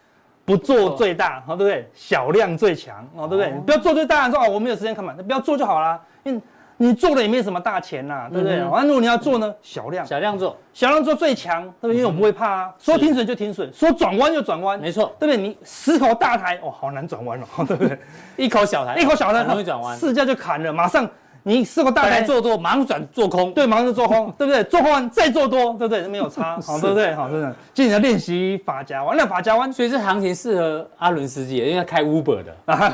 [SPEAKER 3] 不做最大，哦好对不对？小量最强，哦对不对？你不要做最大，说哦我没有时间看嘛，那不要做就好啦，因为你做了也没什么大钱呐，对不对？
[SPEAKER 2] 嗯哼
[SPEAKER 3] 啊，如果你要做呢，小量，
[SPEAKER 2] 小亮做，
[SPEAKER 3] 小量做最强，对不对？因为我不会怕啊，说停损就停损，说转弯就转弯，
[SPEAKER 2] 没错，
[SPEAKER 3] 对不对？你十口大台，哦，好难转弯哦，对不对？
[SPEAKER 2] 一口小台，啊
[SPEAKER 3] 一口小台，
[SPEAKER 2] 很容易转弯，
[SPEAKER 3] 四家就砍了，马上你四口大
[SPEAKER 2] 本来
[SPEAKER 3] 台
[SPEAKER 2] 做多，马上转做空，
[SPEAKER 3] 对，马上就做空，对不对？做空完再做多，对不对？没有差，好，对不对？好，真的，今天要练习法夹弯，那法夹弯
[SPEAKER 2] 所以这行情适合阿伦司机，因为他开 Uber 的，
[SPEAKER 3] 啊，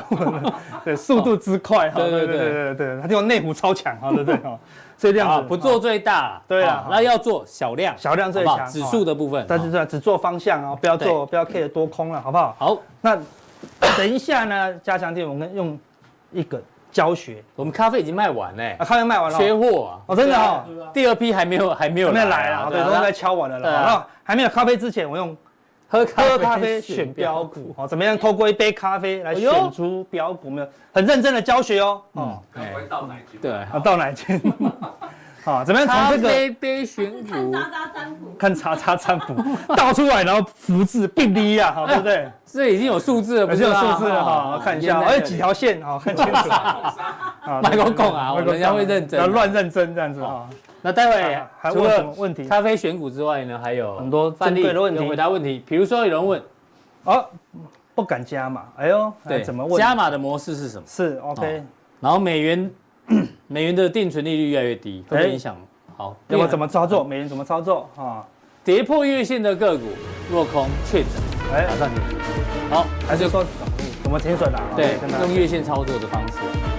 [SPEAKER 3] 对，速度之快，哈，
[SPEAKER 2] 对对
[SPEAKER 3] 对对
[SPEAKER 2] 对
[SPEAKER 3] 对对对，他这种内弧超强，哈，对不对？哈，所以这样
[SPEAKER 2] 啊，
[SPEAKER 3] 子
[SPEAKER 2] 不做
[SPEAKER 3] 哈
[SPEAKER 2] 最大，
[SPEAKER 3] 对啊
[SPEAKER 2] 哦那要做小量，
[SPEAKER 3] 小量
[SPEAKER 2] 好
[SPEAKER 3] 最
[SPEAKER 2] 不好
[SPEAKER 3] 强，
[SPEAKER 2] 指
[SPEAKER 3] 哈
[SPEAKER 2] 数，的部分，
[SPEAKER 3] 但是
[SPEAKER 2] 哦
[SPEAKER 3] 这样只做方向啊，不要做不要 K 的多空了，好不好？
[SPEAKER 2] 好，
[SPEAKER 3] 那等一下呢，加强店我们用一个教学
[SPEAKER 2] 我们咖啡已经卖完嘞
[SPEAKER 3] 啊，，咖啡卖完了
[SPEAKER 2] 缺
[SPEAKER 3] 哦，
[SPEAKER 2] 货啊，
[SPEAKER 3] 哦，真的哈。
[SPEAKER 2] 第二批还没有还没有
[SPEAKER 3] 还没有来了，对，
[SPEAKER 2] 啊
[SPEAKER 3] 都
[SPEAKER 2] 那
[SPEAKER 3] 在敲完了
[SPEAKER 2] 对
[SPEAKER 3] 啦。
[SPEAKER 2] 啊
[SPEAKER 3] 好那还没有咖啡之前，我用
[SPEAKER 2] 喝
[SPEAKER 3] 喝咖啡选标股，好，怎么样透过一杯咖啡来
[SPEAKER 2] 哎呦嗯
[SPEAKER 3] 选出标股？没有很认真的教学哦，哦，
[SPEAKER 6] 可能会到哪一句？
[SPEAKER 2] 对，
[SPEAKER 3] 啊，到哪一 间？好，怎么样
[SPEAKER 2] 咖
[SPEAKER 3] 从这个
[SPEAKER 2] 啡杯
[SPEAKER 1] 是
[SPEAKER 2] 选
[SPEAKER 1] 看
[SPEAKER 2] 股，
[SPEAKER 1] 渣渣占卜，
[SPEAKER 3] 看叉叉占卜 倒出来，然后福字并立啊，好，对不对？
[SPEAKER 2] 这已经有数字了，不
[SPEAKER 3] 而
[SPEAKER 2] 是
[SPEAKER 3] 且有
[SPEAKER 2] 吗啊
[SPEAKER 3] 数字了哈，我看一下，哎，几？条线，好，看清 楚。啊
[SPEAKER 2] 麦克讲啊
[SPEAKER 3] 麦克
[SPEAKER 2] 人家会认真
[SPEAKER 3] 不要乱认真这样子啊。
[SPEAKER 2] 那待
[SPEAKER 3] 啊还
[SPEAKER 2] 会除
[SPEAKER 3] 问什么
[SPEAKER 2] 了
[SPEAKER 3] 问题？
[SPEAKER 2] 咖啡选股之外呢，还有
[SPEAKER 3] 很多
[SPEAKER 2] 范例
[SPEAKER 3] 珍贵的问题
[SPEAKER 2] 跟回答问题，比如说有人问，
[SPEAKER 3] 哦，不敢加码，哎呦，哎怎么问？
[SPEAKER 2] 加码的模式是什么？
[SPEAKER 3] 是 OK，
[SPEAKER 2] 然后美元 美元的定存利率越来越低，会不
[SPEAKER 3] 哎
[SPEAKER 2] 会影响？好，
[SPEAKER 3] 那么怎么操作？美元怎么操作啊？
[SPEAKER 2] 跌破月线的个股落空确诊，
[SPEAKER 3] 哎
[SPEAKER 2] 打，算停损。好，
[SPEAKER 3] 还
[SPEAKER 2] 那
[SPEAKER 3] 是
[SPEAKER 2] 就
[SPEAKER 3] 说怎么停损啊？
[SPEAKER 2] 对
[SPEAKER 3] 跟他
[SPEAKER 2] 用月线操作的方式。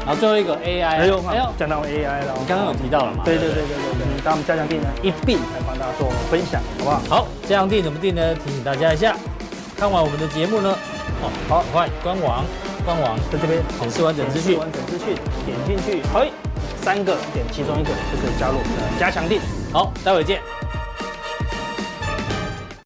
[SPEAKER 2] 然后最后一个 AI，
[SPEAKER 3] 哎呦
[SPEAKER 2] 哎呦，，
[SPEAKER 3] 讲到 AI 了，
[SPEAKER 2] 你刚刚有提到了嘛？
[SPEAKER 3] 对对对对对对，当我们家长定呢一并来帮大家做分享，好不好？
[SPEAKER 2] 好，这样定怎么定呢？提醒大家一下，看完我们的节目呢，哦，好，赶快官网，官网
[SPEAKER 3] 在这边
[SPEAKER 2] 显示完整资讯。
[SPEAKER 3] 完整资讯点进去，嘿，三个点其中一个就可以加入我们的加强定。
[SPEAKER 2] 好，待会见。